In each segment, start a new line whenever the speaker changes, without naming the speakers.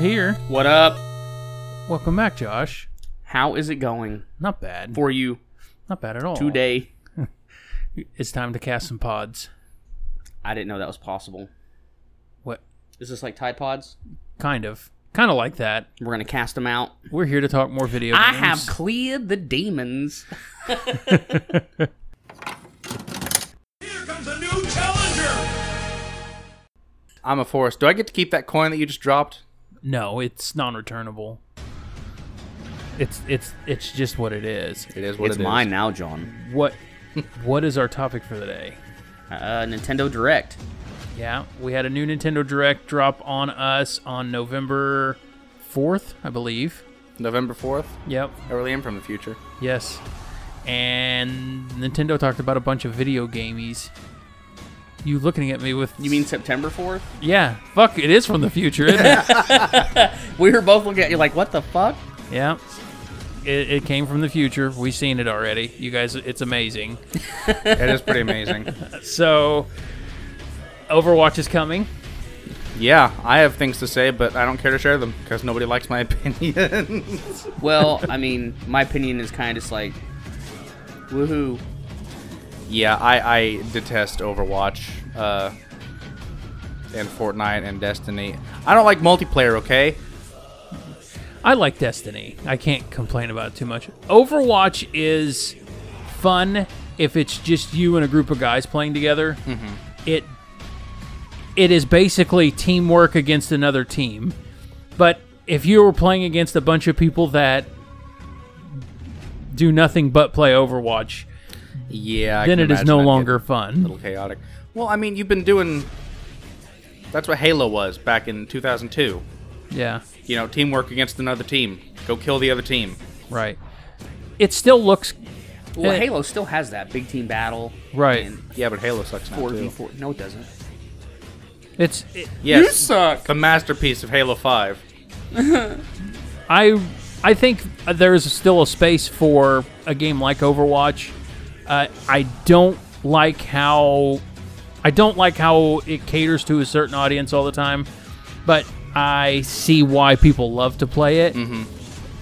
here.
What up?
Welcome back, Josh.
How is it going
Not bad.
for you
Not bad at all.
today?
It's time to cast some pods.
I didn't know that was possible.
What?
Is this like Tide Pods?
Kind of. Kind of like that.
We're gonna cast them out.
We're here to talk more video
I have
games.
cleared the demons.
Here comes a new challenger!
I'm a forest. Do I get to keep that coin that you just dropped?
No, it's non-returnable. It's it's it's just what it is.
It is what
It's
it is.
mine now, John.
What what is our topic for the day?
Uh, Nintendo Direct.
Yeah, we had a new Nintendo Direct drop on us on November 4th, I believe.
November 4th.
Yep.
I really am from the future.
Yes. And Nintendo talked about a bunch of video gamies. You looking at me with
You mean September fourth?
Yeah. Fuck, it is from the future, isn't it?
We were both looking at you like, what the fuck?
yeah. It, it came from the future. We've seen it already. You guys, it's amazing.
It is pretty amazing.
So, Overwatch is coming.
yeah, I have things to say, but I don't care to share them because nobody likes my opinion.
Well, I mean, my opinion is kind of just like, woohoo.
yeah, I, I detest Overwatch uh, and Fortnite and Destiny. I don't like multiplayer, okay?
I like Destiny. I can't complain about it too much. Overwatch is fun if it's just you and a group of guys playing together.
Mm-hmm.
It it is basically teamwork against another team. But if you were playing against a bunch of people that do nothing but play Overwatch,
Yeah, I
then it
can
is
imagine
no
that'd get
longer
A
fun.
little chaotic. Well, I mean, you've been doing. That's what Halo was back in 2002.
Yeah,
You know, teamwork against another team. Go kill the other team.
right. It still looks
Well,
Eh.
Halo still has that big team battle.
Right.
And
Yeah, but Halo sucks now.
four
too.
v four. No, it doesn't.
it's it,
Yes.
You suck.
The masterpiece of Halo 5.
I I think there is still a space for a game like Overwatch. Uh, I don't like how I don't like how it caters to a certain audience all the time, but I see why people love to play it.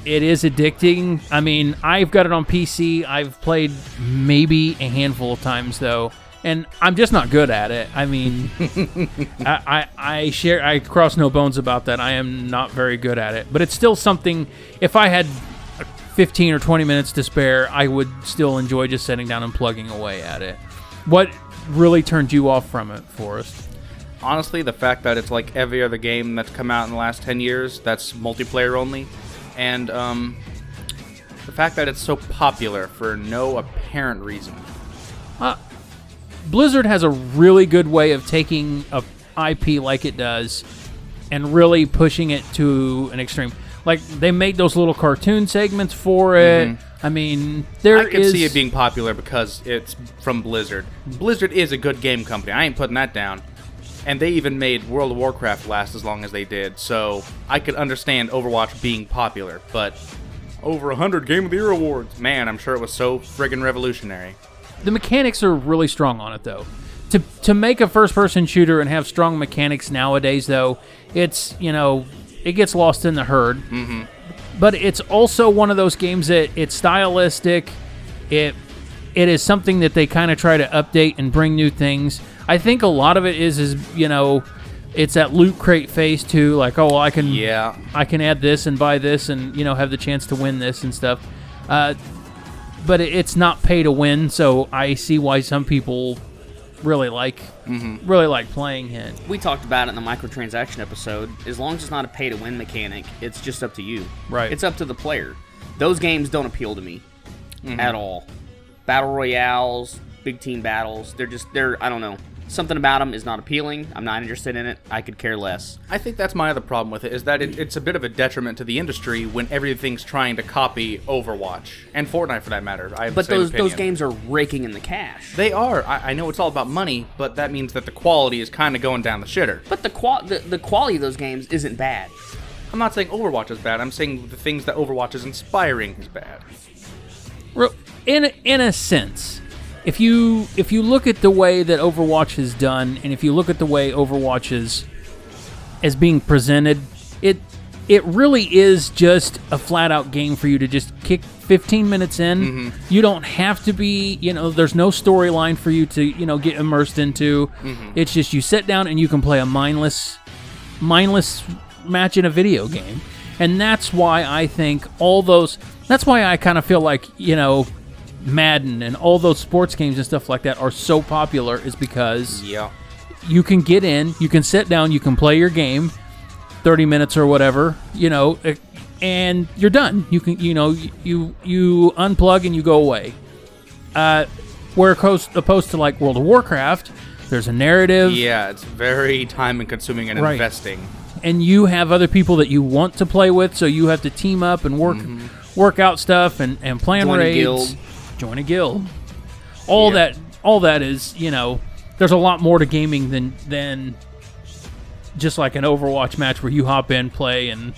It is addicting. I mean, I've got it on PC. I've played maybe a handful of times though, and I'm just not good at it. I mean. I, I I share I cross no bones about that. I am not very good at it, but it's still something. If I had 15 or 20 minutes to spare, I would still enjoy just sitting down and plugging away at it. What really turned you off from it, Forrest?
Honestly, the fact that it's like every other game that's come out in the last 10 years that's multiplayer only, and um, the fact that it's so popular for no apparent reason.
Blizzard has a really good way of taking a IP like it does and really pushing it to an extreme. Like they made those little cartoon segments for it. I mean, there is
Mm-hmm. I can see it being popular because it's from Blizzard. Blizzard is a good game company. I ain't putting that down. And they even made World of Warcraft last as long as they did, so I could understand Overwatch being popular, but over 100 Game of the Year awards. Man, I'm sure it was so friggin' revolutionary.
the mechanics are really strong on it though. To to make a first person shooter and have strong mechanics nowadays though, it's you know it gets lost in the herd. Mm-hmm. But it's also one of those games that it's stylistic. It it is something that they kind of try to update and bring new things. I think a lot of it is is you know it's that loot crate phase too. Like oh well, I can
Yeah,
I can add this and buy this and you know have the chance to win this and stuff. Uh, but it- it's not pay to win, so I see why some people really like really like playing it.
We talked about it in the microtransaction episode. As long as it's not a pay to win mechanic, it's just up to you.
Right.
It's up to the player. Those games don't appeal to me at all. Battle royales, big team battles, they're just they're I don't know. Something about them is not appealing. I'm not interested in it. I could care less.
I think that's my other problem with it is that it, it's a bit of a detriment to the industry when everything's trying to copy Overwatch and Fortnite for that matter. I have
But
the same
those those
opinion.
games are raking in the cash.
they are. I, I know it's all about money, but that means that the quality is kind of going down the shitter.
but the, qual- the the quality of those games isn't bad.
I'm not saying Overwatch is bad. I'm saying the things that Overwatch is inspiring is bad.
Re- In in a sense, if you if you look at the way that Overwatch is done, and if you look at the way Overwatch is as being presented, it it really is just a flat out game for you to just kick 15 minutes in. You don't have to be, you know, there's no storyline for you to, you know, get immersed into. It's just you sit down and you can play a mindless mindless match in a video game. And that's why I think all those that's why I kind of feel like, you know, Madden and all those sports games and stuff like that are so popular is because
Yeah.
you can get in, you can sit down, you can play your game, thirty minutes or whatever, you know, eh, and you're done. You can, you know, you you unplug and you go away. Uh, where opposed, opposed to like World of Warcraft, there's a narrative,
Yeah, it's very time and consuming and
Right.
investing.
and you have other people that you want to play with, so you have to team up and work work out stuff and and plan
Mm-hmm. Join a
raids,
guild.
join a guild. All
Yeah.
that all that is you know there's a lot more to gaming than than just like an Overwatch match where you hop in, play, and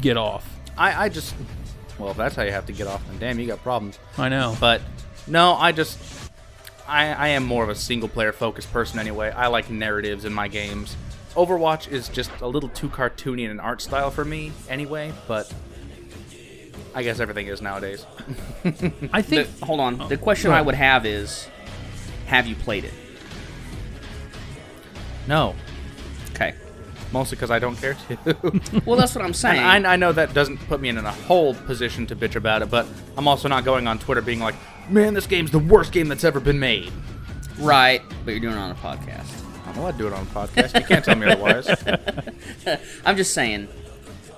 get off.
I, I just, well, if that's how you have to get off, then damn, you got problems.
I know.
But no, I just, I, I am more of a single player focused person anyway. I like narratives in my games. Overwatch is just a little too cartoony in an art style for me anyway, but I guess everything is nowadays.
I think
The- hold on. The question
go
I
ahead.
would have is, have you played it?
No,
Okay.
mostly because I don't care to.
Well, that's what I'm saying.
And I, I know that doesn't put me in a whole position to bitch about it, but I'm also not going on Twitter being like, man, this game's the worst game that's ever been made.
right, but you're doing it on a podcast.
I know I'd do it on a podcast. You can't tell me otherwise.
I'm just saying.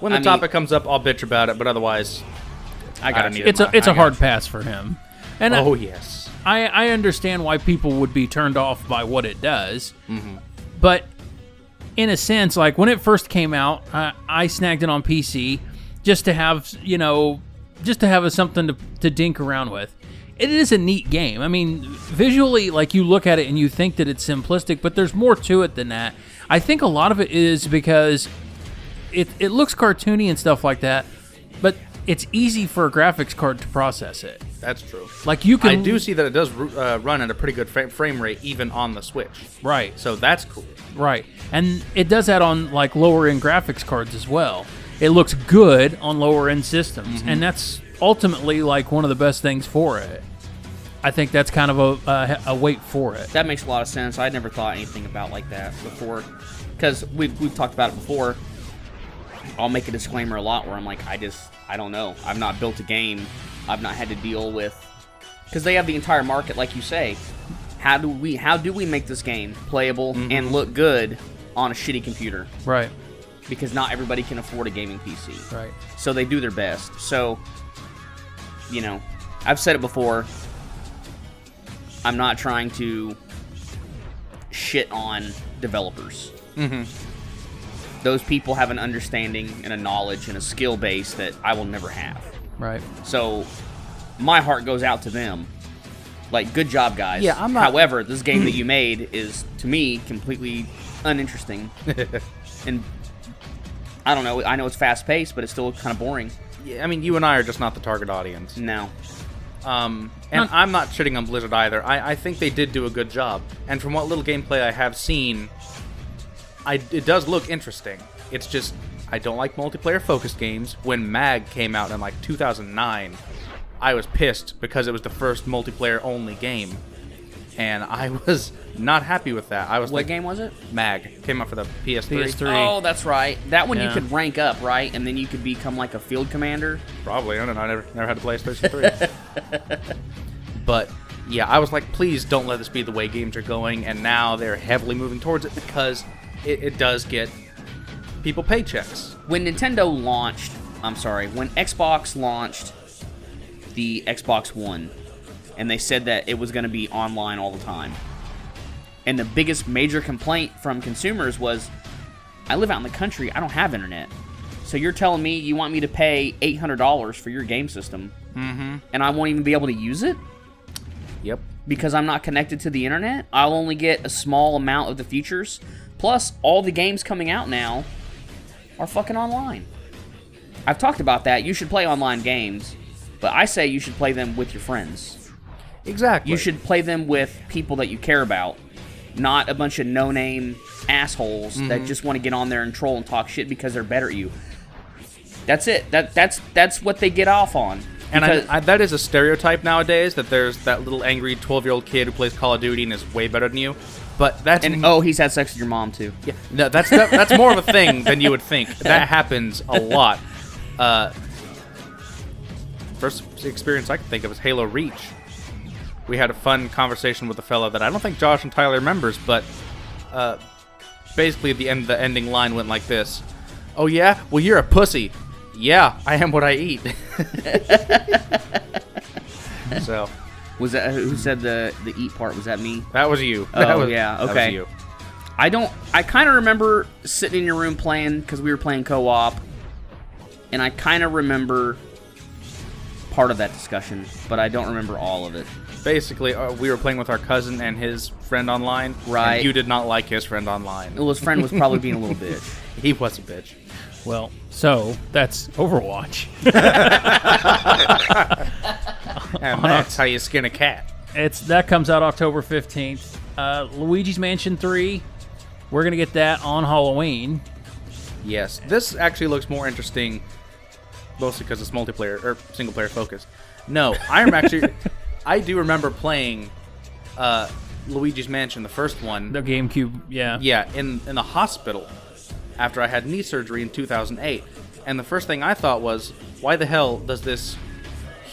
When the
I mean-
topic comes up, I'll bitch about it, but otherwise,
I got
don't
you.
need
it's a
I-
it's
I
a hard
got
pass for him. And I-
oh yes.
I, I understand why people would be turned off by what it does,
Mm-hmm.
but in a sense, like when it first came out, I, I snagged it on PC just to have you know, just to have a, something to, to dink around with. It is a neat game. I mean, visually, like you look at it and you think that it's simplistic, but there's more to it than that. I think a lot of it is because it it looks cartoony and stuff like that, but it's easy for a graphics card to process it.
That's true.
Like you can
I do see that it does ru- uh, run at a pretty good fra- frame rate, even on the Switch.
Right.
So that's cool.
Right. And it does that on like lower end graphics cards as well. It looks good on lower end systems. And that's ultimately like one of the best things for it. I think that's kind of a, a, a wait for it.
That makes a lot of sense. I never thought anything about like that before, because we've we've talked about it before. I'll make a disclaimer a lot where I'm like, I just I don't know. I've not built a game. I've not had to deal with because they have the entire market, like you say. How do we how do we make this game playable and look good on a shitty computer?
Right.
Because not everybody can afford a gaming PC.
Right.
So they do their best. So, you know, I've said it before. I'm not trying to shit on developers. Mm-hmm. Those people have an understanding and a knowledge and a skill base that I will never have.
Right.
So, my heart goes out to them. Like, good job, guys.
Yeah, I'm not-
However, this game that you made is to me completely uninteresting, and I don't know. I know it's fast paced, but it's still kind of boring.
Yeah, I mean, you and I are just not the target audience.
Mm.
No.
Um, and I'm not shitting on Blizzard either. I, I think they did do a good job. And from what little gameplay I have seen, I, it does look interesting. It's just I don't like multiplayer focused games. When Mag came out in like 2009, I was pissed because it was the first multiplayer only game, and I was not happy with that. I was
What
like,
game was it?
Mag came out for the PS3.
PS3.
Oh, that's right. That one you
Yeah.
could rank up, right? And then you could become like a field commander.
Probably. I don't know. I never, never had a PlayStation 3. but yeah, I was like, please don't let this be the way games are going. And now they're heavily moving towards it because it, it does get people paychecks.
When Nintendo launched, I'm sorry, when Xbox launched the Xbox One, and they said that it was going to be online all the time. And the biggest major complaint from consumers was I live out in the country, I don't have internet. So you're telling me you want me to pay $800 for your game system, and I won't even be able to use it?
Yep.
because I'm not connected to the internet, I'll only get a small amount of the features. Plus, all the games coming out now are fucking online. I've talked about that. You should play online games, but I say you should play them with your friends.
Exactly.
You should play them with people that you care about, not a bunch of no
Mm-hmm.
name assholes that just want to get on there and troll and talk shit because they're better at you. That's it. That that's that's what they get off on.
And I,
Because-
I, that is a stereotype nowadays that there's that little angry 12 year old kid who plays Call of Duty and is way better than you. But that's
and oh, he's had sex with your mom too.
Yeah, no, that's that, that's more of a thing than you would think. That happens a lot. Uh, first experience I can think of is Halo Reach. We had a fun conversation with a fella that I don't think Josh and Tyler remembers, but uh, basically the end the ending line went like this: "Oh yeah, well you're a pussy. Yeah, I am what I eat." so
Was that who said the the eat part? Was that me?
that was you. That
Oh,
was,
yeah,
that was
okay.
you.
I don't. I kind of remember sitting in your room playing because we were playing co-op, and I kind of remember part of that discussion, but I don't remember all of it.
basically uh, we were playing with our cousin and his friend online
Right.
and you did not like his friend online
Well, his friend was probably being a little bitch.
he was a bitch
Well, so that's Overwatch.
and that's how you skin a cat
It's that comes out October fifteenth. Uh, Luigi's Mansion Three. We're gonna get that on Halloween.
yes this actually looks more interesting mostly because it's multiplayer or single player focused no i am actually i do remember playing uh, luigi's mansion the first one
The GameCube. Yeah.
yeah in in the hospital after i had knee surgery in 2008 and the first thing i thought was why the hell does this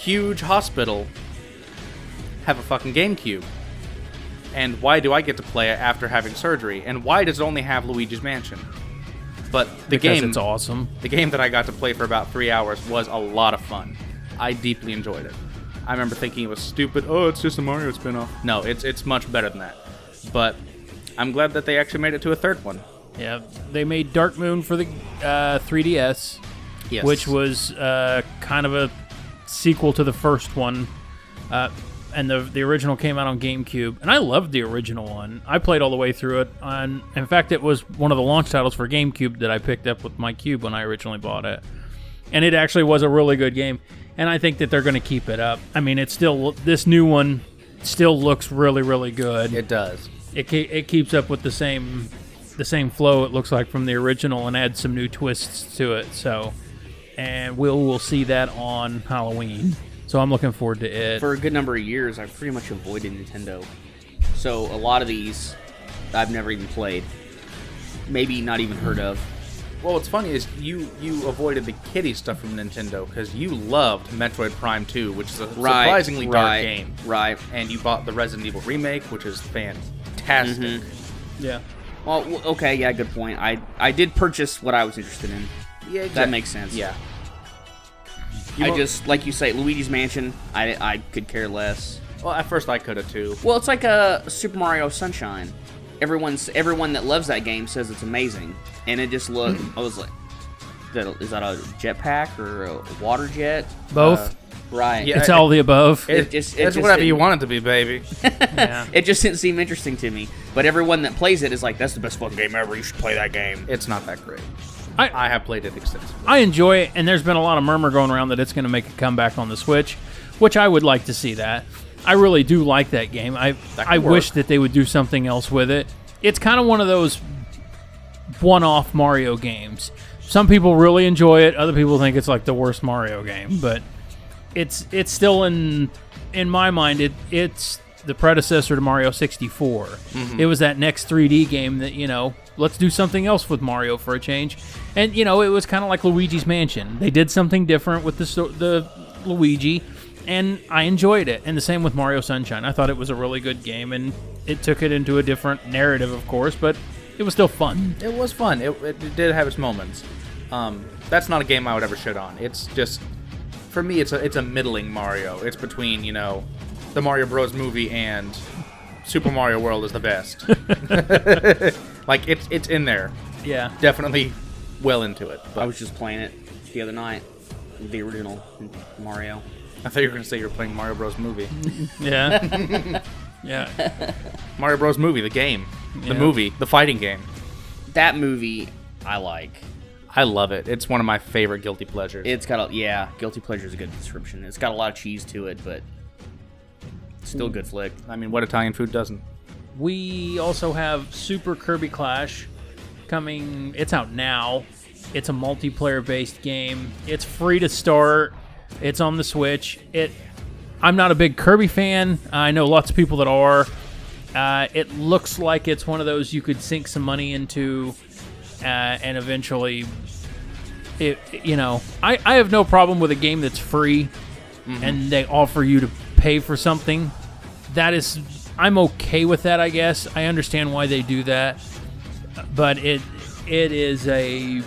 huge hospital have a fucking gamecube and why do i get to play it after having surgery and why does it only have luigi's mansion but the
because
game
it's awesome.
the game that I got to play for about three hours was a lot of fun. I deeply enjoyed it. I remember thinking it was stupid. Oh, it's just a Mario spinoff. No, it's it's much better than that. But I'm glad that they actually made it to a third one.
Yeah. They made Dark Moon for the uh, 3DS,
Yes.
which was uh, kind of a sequel to the first one. Uh, and the the original came out on GameCube, and I loved the original one. I played all the way through it. On in fact, it was one of the launch titles for GameCube that I picked up with my cube when I originally bought it. and it actually was a really good game. And I think that they're going to keep it up. I mean, it's still this new one still looks really, really good. It
it does.
it, ke- it keeps up with the same the same flow it looks like from the original and adds some new twists to it. So, and we'll we'll see that on Halloween. So I'm looking forward to it.
for a good number of years, I pretty much avoided Nintendo. So a lot of these I've never even played. Maybe not even heard of.
Well, what's funny is you you avoided the kitty stuff from Nintendo because you loved Metroid Prime 2, which is a
Right.
surprisingly dark
right,
game,
Right.
and you bought the Resident Evil remake, which is fantastic.
Mm-hmm.
yeah.
Well, w- okay, yeah, good point. I I did purchase what I was interested in.
Yeah, exactly.
That makes sense.
Yeah.
I
won't-
just like you say, Luigi's Mansion. I I could care less.
Well, at first I could have too.
Well, it's like a Super Mario Sunshine. Everyone's everyone that loves that game says it's amazing, and it just looked. I was like, that, is that a jetpack or a water jet?
Both.
Right.
Yeah,
it's all the above.
It,
just- it
it's
just
whatever you
didn't-
want it to be, baby.
yeah.
It just didn't seem interesting to me. But everyone that plays it is like, that's the best fucking game ever. You should play that game.
it's not that great.
I,
I have played it extensively.
I enjoy it, and there's been a lot of murmur going around that it's going to make a comeback on the Switch, which I would like to see that. I really do like that game. I
That could
I wish
work.
that they would do something else with it. It's kind of one of those one-off Mario games. Some people really enjoy it. Other people think it's like the worst Mario game, but it's it's still in in my mind it it's the predecessor to Mario 64. It was that next 3D game that you know let's do something else with Mario for a change, and you know it was kind of like Luigi's Mansion. They did something different with the sto- the Luigi, and I enjoyed it. And the same with Mario Sunshine. I thought it was a really good game, and it took it into a different narrative, of course, but it was still fun.
It was fun. It, it, it did have its moments. Um, that's not a game I would ever shit on. It's just for me, it's a it's a middling Mario. It's between you know, the Mario Bros. movie and Super Mario World is the best. like it's it's in there,
Yeah,
definitely well into it. But
I
I,
was just playing it the other night, the original Mario.
thought you were gonna say you were playing Mario Bros. movie.
yeah, yeah.
Mario Bros. movie, the game,
Yeah.
the movie, the fighting game.
That movie, I like.
I love it. It's one of my favorite guilty pleasures.
It's got a yeah, guilty pleasure is a good description. It's got a lot of cheese to it, but still a good flick.
I mean, what Italian food doesn't?
We also have Super Kirby Clash coming. It's out now. It's a multiplayer based game. It's free to start. It's on the Switch. It. I'm not a big Kirby fan. I know lots of people that are. Uh, it looks like it's one of those you could sink some money into, uh, and eventually, it. You know, I I have no problem with a game that's free, and they offer you to pay for something. That is, I'm okay with that. I guess I understand why they do that but it it is a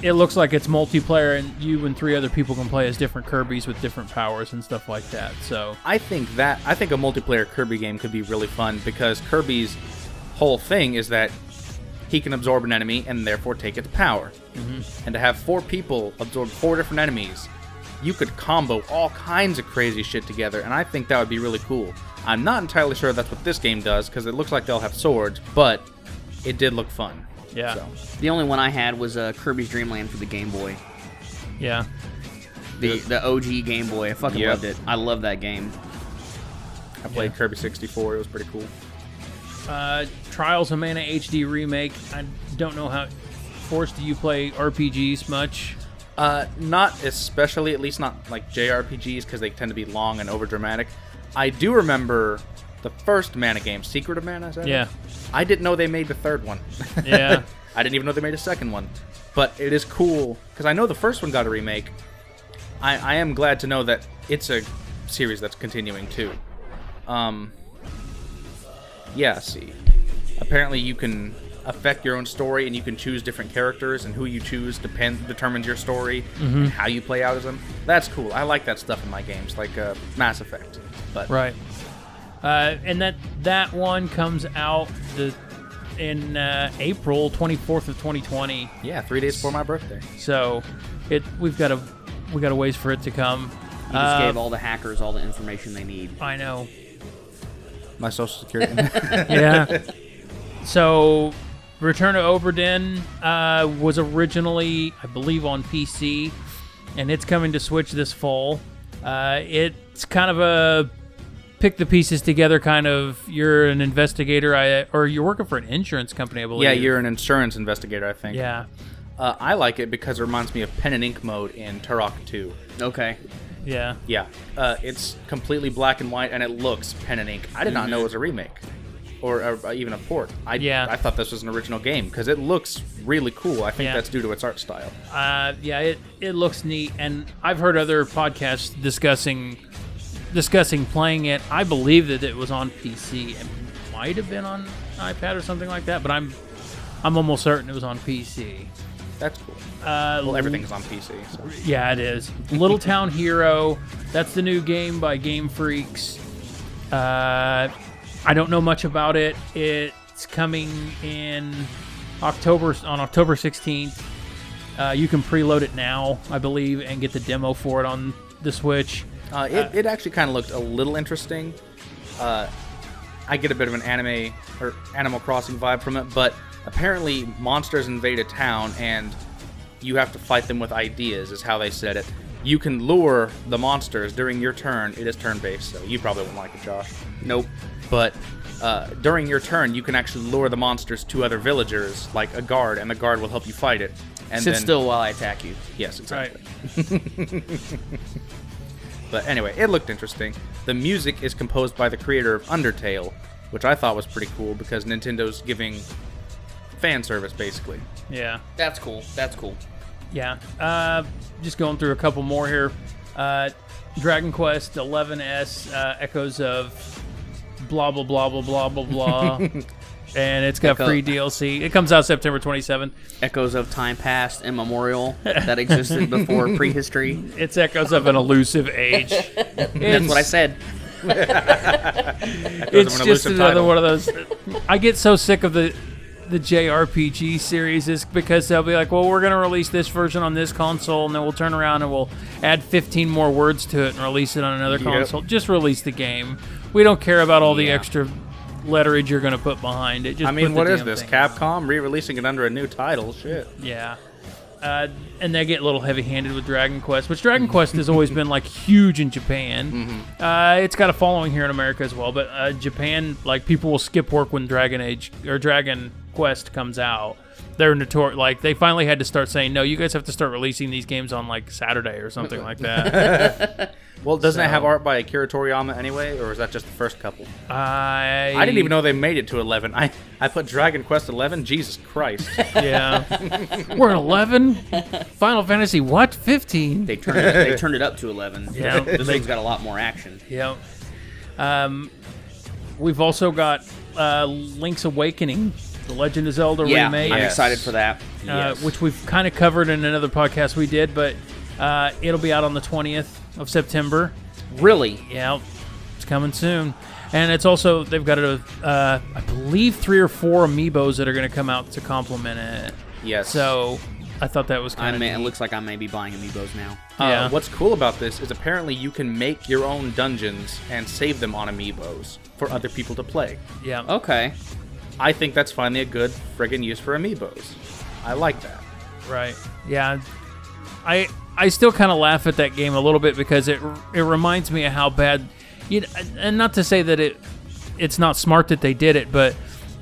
it looks like it's multiplayer and you and three other people can play as different Kirby's with different powers and stuff like that. So
I think that I think a multiplayer Kirby game could be really fun because Kirby's whole thing is that he can absorb an enemy and therefore take its power. And to have four people absorb four different enemies, you could combo all kinds of crazy shit together, and I think that would be really cool. I'm not entirely sure that's what this game does because it looks like they'll have swords, but it did look fun.
Yeah.
So,
The only one I had was uh, Kirby's Dream Land for the Game Boy,
yeah.
the the OG Game Boy. I fucking
Yep.
loved it. I love that game.
I played Kirby 64. It was pretty cool.
Uh, Trials of Mana HD remake. I don't know how. Forced, do you play RPGs much?
Uh, not especially, at least not like JRPGs, because they tend to be long and overdramatic. I do remember the first Mana game, Secret of Mana. Is that it?
Yeah.
I didn't know they made the third one.
Yeah.
I didn't even know they made a second one, but it is cool because I know the first one got a remake. I, I am glad to know that it's a series that's continuing too. Um, yeah. See, apparently you can affect your own story and you can choose different characters and who you choose depend determines your story
Mm-hmm.
and how you play out as them. That's cool. I like that stuff in my games, like uh, Mass Effect. But
Right. Uh, and that that one comes out the in uh, April 24th of 2020.
yeah, three days before my birthday.
So it we've got a we got a ways for it to come.
You
Uh,
just gave all the hackers all the information they need.
I know.
My social security.
Yeah. so Return to Oberdin uh, was originally, I believe, on PC, and it's coming to Switch this fall. Uh, it's kind of a pick the pieces together kind of. You're an investigator, I, or you're working for an insurance company, I believe.
yeah, you're an insurance investigator, I think.
Yeah.
Uh, I like it because it reminds me of pen and ink mode in Turok 2.
Okay.
Yeah.
Yeah, uh, it's completely black and white, and it looks pen and ink. I did not know it was a remake, or a, even a port. I,
Mm-hmm. Yeah.
I thought this was an original game because it looks really cool. I think
Yeah.
that's due to its art style.
uh, yeah, it, it looks neat, and I've heard other podcasts discussing discussing playing it. I believe that it was on PC and might have been on iPad or something like that, but I'm I'm almost certain it was on PC.
That's cool.
Uh,
Well, everything's on PC. So.
yeah, it is. Little Town Hero. That's the new game by Game Freaks. Uh, I don't know much about it. It's coming in October on October 16th. Uh, you can preload it now, I believe, and get the demo for it on the Switch.
Uh, it, it actually kind of looked a little interesting. Uh, I get a bit of an anime or Animal Crossing vibe from it, but apparently monsters invade a town and you have to fight them with ideas, is how they said it. You can lure the monsters during your turn. It is turn based, so you probably won't like it, Josh.
Nope.
But uh, during your turn, you can actually lure the monsters to other villagers, like a guard, and the guard will help you fight it. And
Sit
then,
still while I attack you.
Yes, exactly. But anyway, it looked interesting. The music is composed by the creator of Undertale, which I thought was pretty cool because Nintendo's giving fan service basically.
Yeah.
That's cool. That's cool.
Yeah. Uh, just going through a couple more here. Uh, Dragon Quest 11S uh, echoes of blah blah blah blah blah blah blah, and it's got
Echo.
free DLC. It comes out September 27th.
Echoes of time past, immemorial, that existed before prehistory.
It's echoes of an elusive age.
That's what I said.
It's
of an
just
elusive
another
title.
one of those. I get so sick of the the JRPG series is because they'll be like, well, we're gonna release this version on this console, and then we'll turn around and we'll add 15 more words to it and release it on another console. Just release the game. We don't care about all the
Yeah.
extra letterage you're gonna put behind it. Just
I mean,
put
what
the
is
damn
this?
thing out.
Capcom re-releasing it under a new title? Shit.
Yeah. Uh, and they get a little heavy-handed with Dragon Quest, which Dragon Quest has always been like huge in Japan.
Mm-hmm.
Uh, it's got a following here in America as well, but uh, Japan, like people will skip work when Dragon Age or Dragon Quest comes out, they're notorious. Like they finally had to start saying, "No, you guys have to start releasing these games on like Saturday or something like that."
Well, doesn't it have
So-
art by Akira Toriyama anyway, or is that just the first couple?
I
I didn't even know they made it to 11. I, I put Dragon Quest 11. Jesus Christ.
Yeah, we're at eleven. Final Fantasy what? Fifteen.
They turned it, they turned it up to eleven.
Yeah.
this one's got a lot more action.
Yeah. Um, we've also got uh, Link's Awakening, The Legend of Zelda
Yeah,
remake,
I'm
Yes.
excited for that.
uh, which we've kind of covered in another podcast we did, but uh, it'll be out on the 20th of September.
Really,
Yeah, it's coming soon. And it's also, they've got, a, uh, I believe, three or four amiibos that are going to come out to complement it.
Yes.
So I thought that was
I
kind of.
may, it looks like I may be buying amiibos now.
Uh,
yeah.
What's cool about this is apparently you can make your own dungeons and save them on amiibos for other people to play.
yeah.
Oh, Okay,
I think that's finally a good friggin' use for amiibos. I like that.
Right. Yeah. I I still kind of laugh at that game a little bit because it it reminds me of how bad you know, and not to say that it it's not smart that they did it, but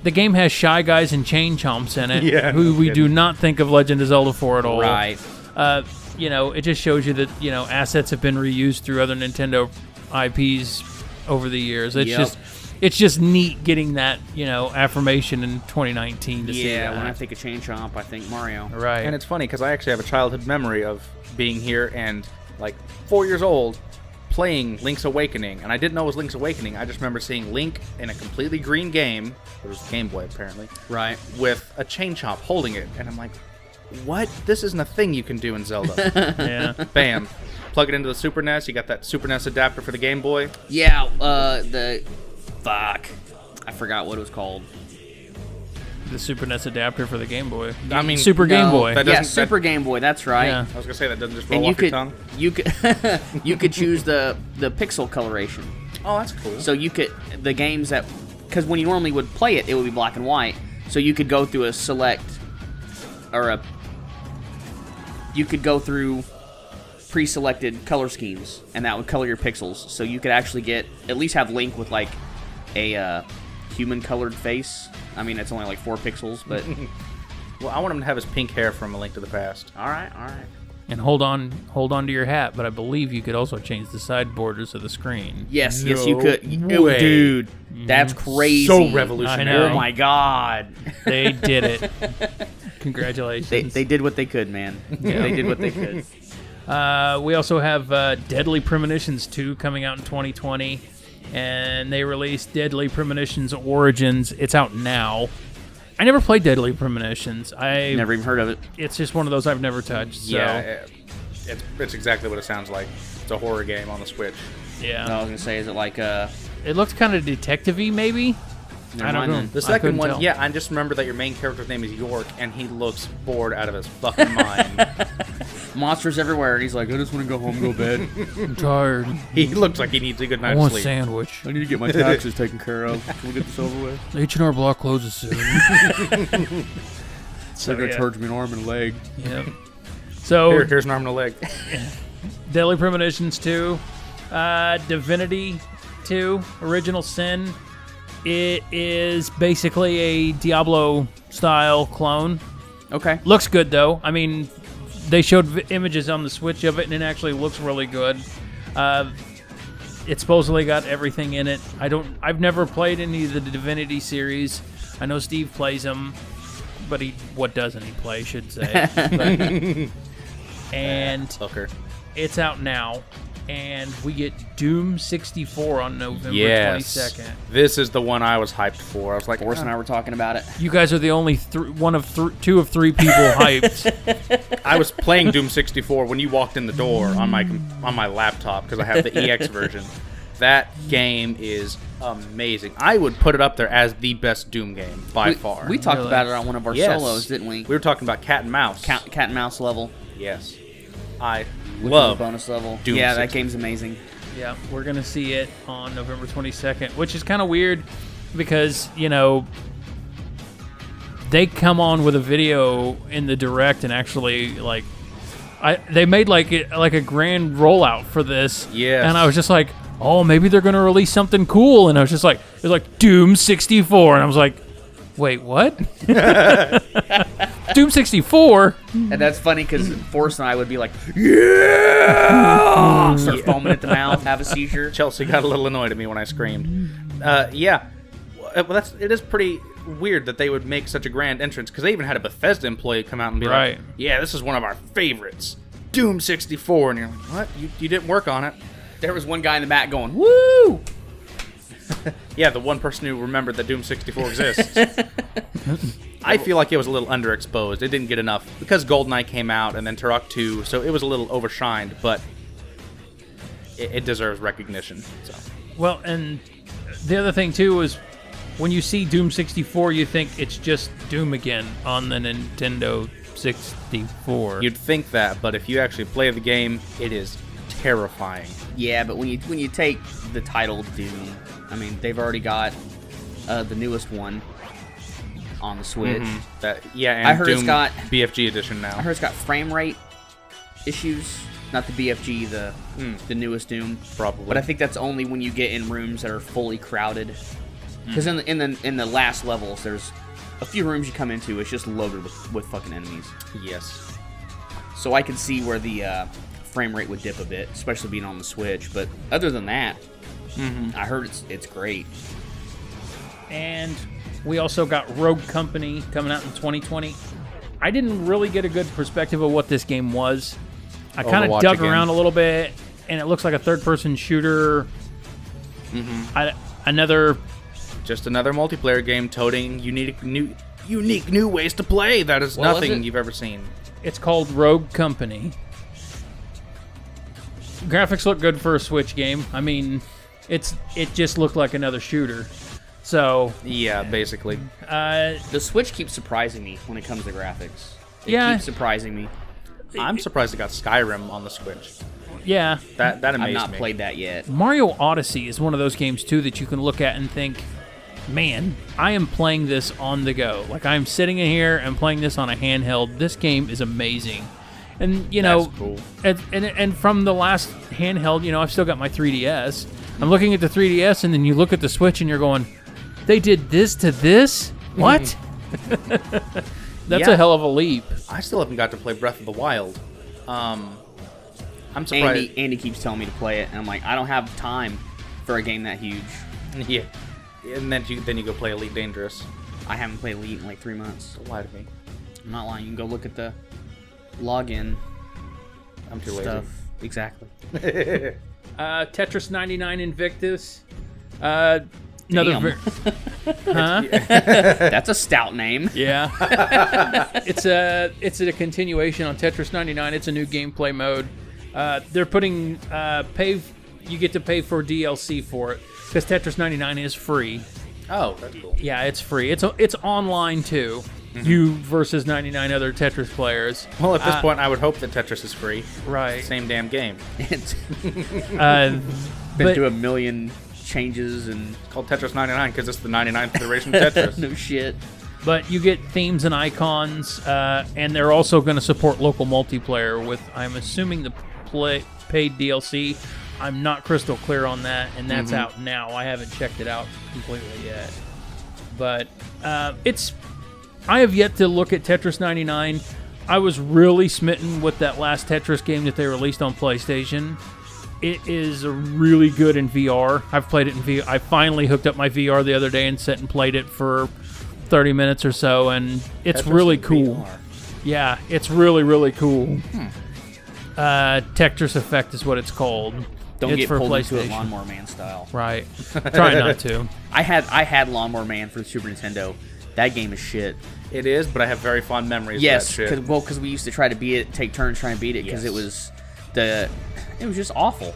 the game has shy guys and chain chomps in it
Yeah,
who
no
we do
kidding.
not think of Legend of Zelda for at all.
right.
Uh, you know, it just shows you that, you know, assets have been reused through other Nintendo IPs over the years. It's
Yep.
just it's just neat getting that, you know, affirmation in 2019 to see
Yeah,
that.
when I think of Chain Chomp, I think Mario.
right.
And it's funny because I actually have a childhood memory of being here and like four years old playing Link's Awakening, and I didn't know it was Link's Awakening. I just remember seeing Link in a completely green game. It was Game Boy apparently,
Right.
with a chain chomp holding it, and I'm like, "What? This isn't a thing you can do in Zelda."
yeah.
Bam. Plug it into the Super NES. You got that Super NES adapter for the Game Boy.
Yeah. Uh, the fuck, I forgot what it was called.
the Super NES adapter for the Game Boy.
I mean,
Super Game
No,
Boy.
that-
Yeah,
doesn't-
Super Game Boy. That's right.
Yeah.
I was gonna say that doesn't just roll
And you
off your
could,
tongue.
you could you could choose the the pixel coloration.
Oh, that's cool.
So you could the games that because when you normally would play it, it would be black and white. So you could go through a select or a you could go through pre-selected color schemes, and that would color your pixels. So you could actually get at least have Link with like a uh, human-colored face. I mean, it's only like four pixels, but
well, I want him to have his pink hair from A Link to the Past.
all right, all right.
and hold on, hold on to your hat. But I believe you could also change the side borders of the screen.
Yes, yes, you could,
No
Ew,
way. Mm-hmm.
dude. That's crazy.
So revolutionary.
I know.
Oh my god.
They did it. Congratulations.
They, they did what they could, man. They did what they could.
Uh, we also have uh, Deadly Premonitions 2 coming out in 2020. And they released Deadly Premonitions Origins. It's out now. I never played Deadly Premonitions. I
Never even heard of it.
It's just one of those I've never touched. So,
Yeah, it- it's, it's exactly what it sounds like. It's a horror game on the Switch.
yeah.
No, I was gonna say, is it like uh?
It looked kind of detective-y, maybe.
Never
I don't
mind
know.
then.
The
I
second
couldn't
one,
tell.
yeah, I just remember that your main character's name is York, and he looks bored out of his fucking mind.
Monsters everywhere, and he's like, I just want to go home, and go to bed.
I'm tired.
he looks like he needs a good
I
night's
want a
sleep.
sandwich.
I need to get my taxes taken care of. Can we get this over with?
H&R Block closes soon.
They're gonna
yeah.
charge me an arm and a leg.
yep. So,
Here, here's an arm and a leg.
Deadly Premonitions 2, uh, Divinity 2, Original Sin. It is basically a Diablo style clone.
Okay.
Looks good though. I mean, they showed v- images on the Switch of it, and it actually looks really good. Uh, it's supposedly got everything in it. I don't. I've never played any of the Divinity series. I know Steve plays them, but he what doesn't he play? I Should say. But- and
Hooker.
it's out now, and we get Doom 64 on November
Yes.
22nd.
This is the one I was hyped for. I was like,
Boris and I were talking about it.
You guys are the only thr one of thr two of three people hyped.
I was playing Doom 64 when you walked in the door on my com- on my laptop because I have the EX version. That game is amazing. I would put it up there as the best Doom game by
we,
far.
we talked
Really?
about it on one of our
Yes.
solos, didn't we?
We were talking about cat and mouse.
cat, cat and mouse level,
Yes. I
which
love
is a bonus level.
Doom
yeah, that
60.
game's amazing.
yeah, we're gonna see it on November 22nd, which is kind of weird because you know they come on with a video in the direct and actually like. I, they made like a, like a grand rollout for this,
Yes.
And I was just like, oh, maybe they're gonna release something cool. And I was just like, it was like Doom sixty four, and I was like, Wait, what? Doom 64?
And that's funny because Forrest and I would be like, yeah, start foaming at the mouth, have a seizure.
Chelsea got a little annoyed at me when I screamed. Uh, yeah, well, uh, well, that's it is pretty weird that they would make such a grand entrance because they even had a Bethesda employee come out and be
Right.
like, "Yeah, this is one of our favorites, Doom 64," and you're like, "What? You, you didn't work on it?"
There was one guy in the back going, woo!
Yeah, the one person who remembered that Doom 64 exists. I feel like it was a little underexposed. It didn't get enough because GoldenEye came out and then Turok 2, so it was a little overshined, but it, it deserves recognition. So
Well, and the other thing too is when you see Doom 64, you think it's just Doom again on the Nintendo 64.
you'd think that, but if you actually play the game, it is terrifying.
Yeah, but when you when you take the title Doom, I mean, they've already got uh, the newest one on the Switch.
That yeah, and
I heard
Doom
it's got-
BFG edition now.
I heard it's got frame rate issues. Not the BFG, the the newest Doom,
Hmm. Probably.
But I think that's only when you get in rooms that are fully crowded.
Hmm.
Because in the in the in the last levels, there's a few rooms you come into. It's just loaded with, with fucking enemies.
yes.
So I can see where the uh, frame rate would dip a bit, especially being on the Switch. But other than that,
Mm-hmm.
I heard it's it's great.
And we also got Rogue Company coming out in 2020. I didn't really get a good perspective of what this game was. I kind
Overwatch
of dug
again.
around a little bit, and it looks like a third-person shooter. I, another
Just another multiplayer game toting unique new unique new ways to play. That is
What was
nothing
it?
you've ever seen.
It's called Rogue Company. Graphics look good for a Switch game. I mean, it's it just looked like another shooter. So,
Yeah, basically.
uh,
The Switch keeps surprising me when it comes to graphics. It
Yeah.
keeps surprising me.
I'm surprised it got Skyrim on the Switch.
yeah,
That that amazed
I've not
me.
played that yet.
Mario Odyssey is one of those games too that you can look at and think, "Man, I am playing this on the go. Like I'm sitting in here and playing this on a handheld. This game is amazing." And you know,
That's cool.
and, and and from the last handheld, you know, I've still got my 3DS. I'm looking at the 3DS, and then you look at the Switch, and you're going, "They did this to this? What?" That's
Yeah.
a hell of a leap.
I still haven't got to play Breath of the Wild. Um, I'm surprised.
Andy Andy keeps telling me to play it, and I'm like, I don't have time for a game that huge.
Yeah. And then you then you go play Elite Dangerous.
I haven't played Elite in like three months.
Don't lie to me.
I'm not lying. You can go look at the login
I'm too
stuff. Exactly.
lazy.
Uh, Tetris 99 Invictus. Uh, another.
Damn.
ver- huh?
That's a stout name.
Yeah. it's a it's a continuation on Tetris 99. It's a new gameplay mode. Uh, they're putting uh, pay. You get to pay for DLC for it because Tetris 99 is free.
oh, that's cool.
Yeah, it's free. It's it's online too. You versus 99 other Tetris players.
Well, at this
Uh,
point, I would hope that Tetris is free.
Right.
Same damn game.
it's
Uh,
been
But-
through a million changes and
It's called Tetris 99 because it's the 99th iteration of Tetris.
no shit.
but you get themes and icons, uh, and they're also going to support local multiplayer with, I'm assuming, the play, paid DLC. I'm not crystal clear on that, and that's out now. I haven't checked it out completely yet. But uh, it's. I have yet to look at Tetris 99. I was really smitten with that last Tetris game that they released on PlayStation. It is really good in VR. I've played it in VR. I finally hooked up my VR the other day and sat and played it for 30 minutes or so, and it's
Tetris
really
in
cool.
VR.
Yeah, it's really really cool.
Hmm.
Uh, Tetris Effect is what it's called.
Don't
it's
get
for
pulled
PlayStation.
into it Lawnmower Man style.
Right. Try not to.
I had I had Lawnmower Man for the Super Nintendo. That game is shit.
It is, but I have very fond memories
Yes,
of that shit.
'cause- well, because we used to try to beat it, take turns trying to beat it, because
Yes.
it was the, it was just awful.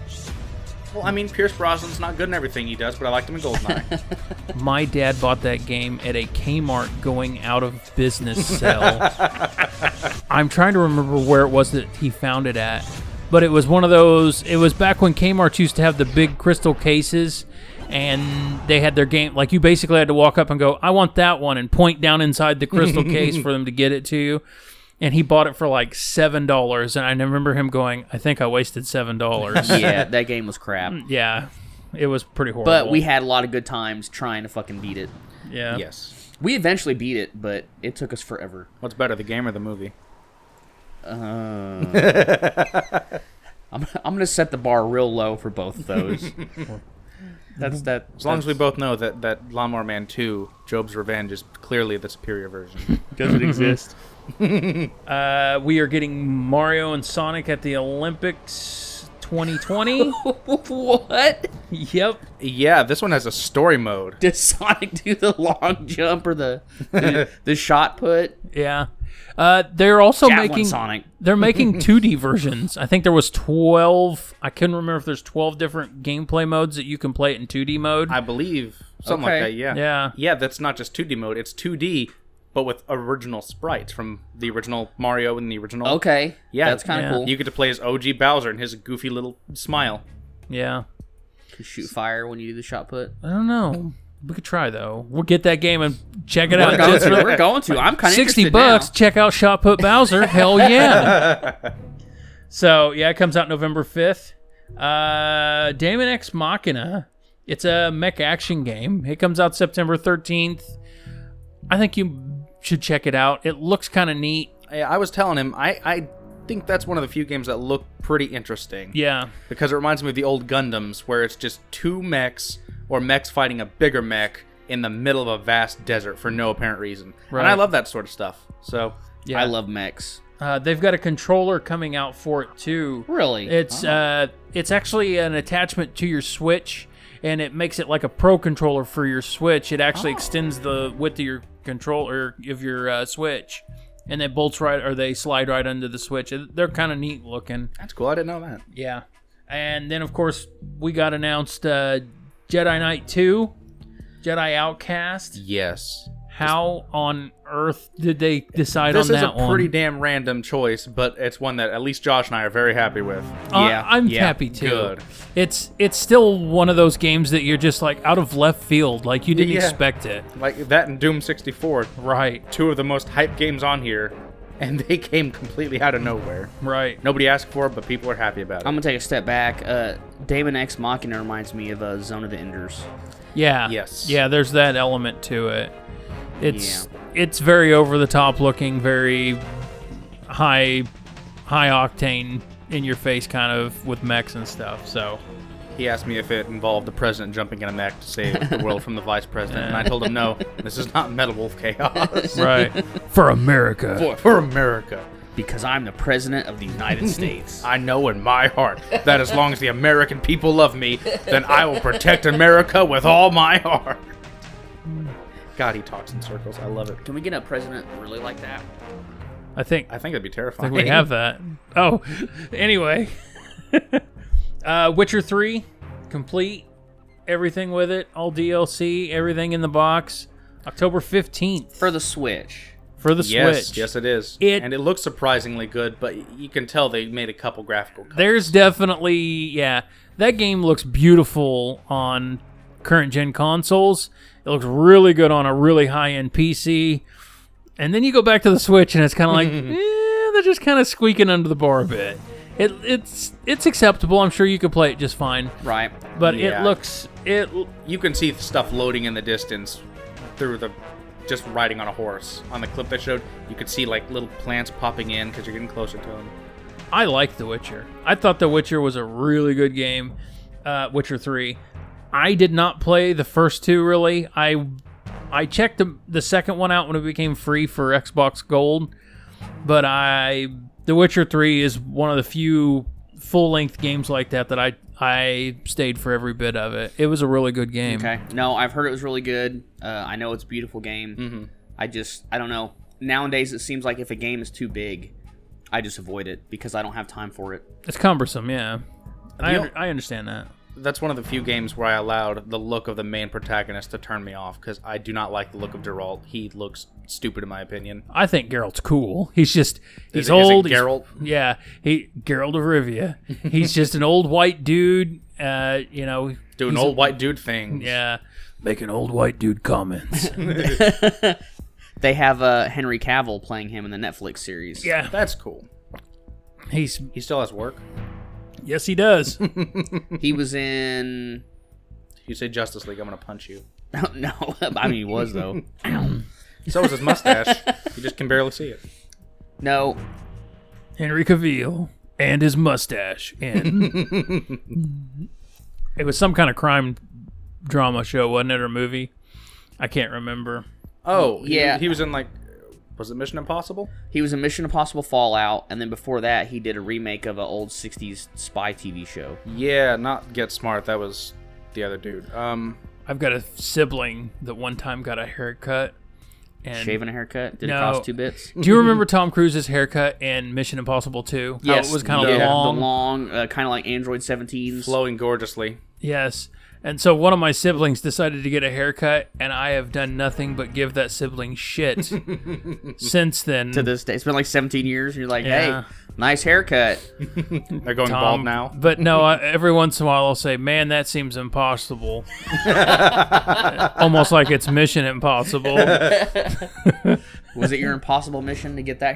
Well, I mean, Pierce Brosnan's not good in everything he does, but I liked him in Goldeneye.
My dad bought that game at a Kmart going out of business sale. I'm trying to remember where it was that he found it at, but it was one of those. It was back when Kmart used to have the big crystal cases, and they had their game. Like you basically had to walk up and go, "I want that one," and point down inside the crystal case for them to get it to you. And he bought it for like seven dollars, and I remember him going, "I think I wasted seven dollars."
yeah, that game was crap.
yeah, it was pretty Mm. horrible.
But we had a lot of good times trying to fucking beat it.
Yeah.
Yes.
We eventually beat it, but it took us forever.
What's better, the game or the movie?
I'm, I'm gonna set the bar real low for both of those. that's that.
As long as we both know that that Lawnmower Man 2, Job's Revenge, is clearly the superior version.
Doesn't exist.
Uh, we are getting Mario and Sonic at the Olympics 2020.
what
yep.
yeah, this one has a story mode.
did Sonic do? The long jump or the the, the shot put?
Yeah. Uh, they're also
Javelin
making
Sonic.
They're making 2D versions. I think there was 12. I couldn't remember if there's 12 different gameplay modes that you can play it in 2D mode.
I believe something
Okay.
like that. Yeah.
Yeah.
Yeah, that's not just 2D mode. It's 2D, but with original sprites from the original Mario and the original.
Okay,
Yeah,
that's kind of
yeah.
cool.
You get to play as OG Bowser and his goofy little smile.
yeah.
You shoot fire when you do the shot put.
I don't know. We could try though. We'll get that game and check it
We're going
out.
to. We're going to. I'm kind of
Sixty bucks. Check out Shot Put Bowser. Hell yeah! so yeah, it comes out November fifth. Uh, Damon X Machina. It's a mech action game. It comes out September thirteenth. I think you should check it out. It looks kind of neat.
I, I was telling him, I, I think that's one of the few games that look pretty interesting.
Yeah,
Because it reminds me of the old Gundams, where it's just two mechs or mechs fighting a bigger mech in the middle of a vast desert for no apparent reason.
Right.
And I love that sort of stuff. So,
yeah.
I love mechs.
Uh, they've got a controller coming out for it too.
Really?
It's
Ah.
uh, it's actually an attachment to your Switch, and it makes it like a pro controller for your Switch. It actually
Ah.
extends the width of your controller of your uh, Switch, and they bolts right or they slide right under the Switch. It- They're kind of neat looking.
that's cool. I didn't know that.
Yeah, and then of course we got announced uh, Jedi Knight Two, Jedi Outcast.
Yes.
How on earth did they decide
This
on
is
that
a pretty
one?
damn random choice, but it's one that at least Josh and I are very happy with.
Uh,
Yeah,
I'm
yeah,
happy too.
good.
It's it's still one of those games that you're just like out of left field, like you didn't
Yeah.
expect it.
Like that and Doom 64,
Right,
two of the most hyped games on here, and they came completely out of nowhere.
right.
Nobody asked for it, but people are happy about it.
I'm
Um,
gonna take a step back. Uh, Damon X Machina reminds me of uh, Zone of the Enders.
Yeah.
Yes.
Yeah, there's that element to it. It's it's very over the top looking, very high high octane in your face kind of with mechs and stuff. So
He asked me if it involved the president jumping in a mech to save the world from the vice president, and I told him no. This is not Metal Wolf Chaos.
right for America.
For, for America,
Because I'm the president of the United States.
I know in my heart that as long as the American people love me, then I will protect America with all my heart. God, he talks in circles. I love it.
Can we get a president really like that?
I think
I think that'd be
I
terrifying.
think we have that. Oh, anyway, uh, Witcher three complete, everything with it, all DLC, everything in the box, October fifteenth
For the Switch.
for the
Yes,
Switch.
yes, it is.
It-
and it looks surprisingly good, but you can tell they made a couple graphical. cuts.
There's definitely yeah, that game looks beautiful on current gen consoles. It looks really good on a really high end PC. And then you go back to the Switch, and it's kind of like eh, they're just kind of squeaking under the bar a bit. It, it's it's acceptable. I'm sure you could play it just fine.
Right.
but
Yeah.
it looks it
you can see stuff loading in the distance through the just riding on a horse on the clip they showed you could see like little plants popping in because you're getting closer to them
i like the witcher i thought the witcher was a really good game uh, witcher 3 i did not play the first two really i i checked the, the second one out when it became free for xbox gold but i the witcher 3 is one of the few full-length games like that that i i stayed for every bit of it it was a really good game
Okay. No, I've heard it was really good. Uh, I know it's a beautiful game.
Mm-hmm.
I just, I don't know. Nowadays, it seems like if a game is too big, I just avoid it because I don't have time for it.
it's cumbersome yeah I,
The o-
under- I understand that
that's one of the few games where i allowed the look of the main protagonist to turn me off because i do not like the look of geralt he looks stupid in my opinion
I think Geralt's cool. He's just he's
it- is it
old. he's-
Geralt?
yeah, he Geralt of Rivia. He's just an old white dude. Uh, you know,
doing old white dude things
yeah, making old white dude comments.
They have uh, Henry Cavill playing him in the Netflix series.
yeah,
that's cool
he's
he still has work
yes, he does.
He was in
You say Justice League, I'm gonna punch you.
no, I mean he was though.
So is his mustache. you just can barely see it.
no,
Henry Cavill and his mustache and it was some kind of crime drama show, wasn't it, or movie? I can't remember.
Oh he-
Yeah.
He, was in like, was it Mission Impossible?
he was in Mission Impossible Fallout, and then before that he did a remake of an old '60s spy TV show.
Yeah, not Get Smart. That was the other dude. Um,
I've got a sibling that one time got a haircut and
Shaving a haircut did it
No.
cost two bits?
Do you remember Tom Cruise's haircut in Mission Impossible 2? it was kind of
yeah,
long.
the long, uh, kind of like Android 17s.
flowing gorgeously.
Yes. And so one of my siblings decided to get a haircut, and I have done nothing but give that sibling shit since then.
to this day, it's been like 17 years. And you're like,
Yeah.
hey, nice haircut.
They're going
Um,
bald now.
But no, I, every once in a while I'll say, "Man, that seems impossible," almost like it's Mission Impossible.
Was it your impossible mission to get that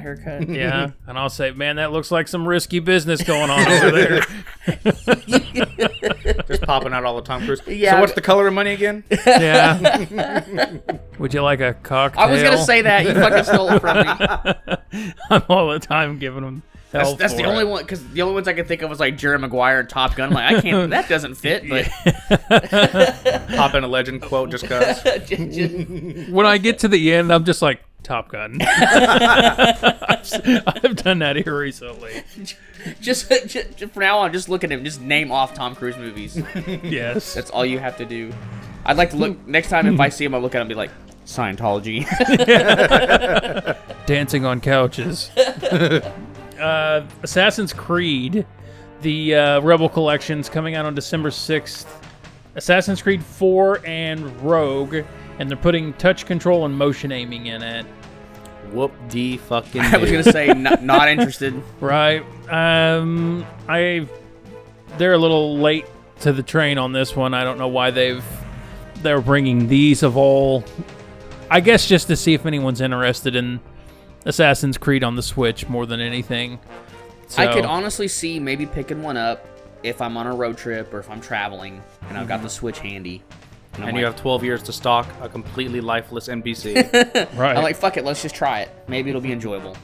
haircut?
Yeah, and I'll say, "Man, that looks like some risky business going on over there."
Just popping out all the Tom Cruise.
Yeah.
So what's the color of money again?
Yeah. Would you like a cocktail?
I was gonna say that you fucking stole it from me.
I'm all the time giving them.
That's, that's the only one because the only ones I could think of was like Jerry Maguire and Top Gun. I'm like, I can't. That doesn't fit. But
Pop in a legend quote just cause.
When I get to the end, I'm just like Top Gun. I've, I've done that here recently.
just, just, just from now on, just look at him. Just name off Tom Cruise movies.
Yes.
That's all you have to do. I'd like to look next time if I see him. I look at him and be like Scientology.
dancing on couches. uh, Assassin's Creed, the uh, Rebel Collections coming out on December 6th. Assassin's Creed 4 and Rogue, and they're putting touch control and motion aiming in it.
Whoop de fucking.
I was gonna say not, not interested.
Right. Um, I they're a little late to the train on this one. I don't know why they've they're bringing these of all. I guess just to see if anyone's interested in Assassin's Creed on the Switch more than anything. So,
I could honestly see maybe picking one up if I'm on a road trip or if I'm traveling and I've got the Switch handy. And, I'm
And
like,
you have 12 years to stalk a completely lifeless NPC.
right.
I'm like, fuck it, let's just try it. Maybe it'll be enjoyable.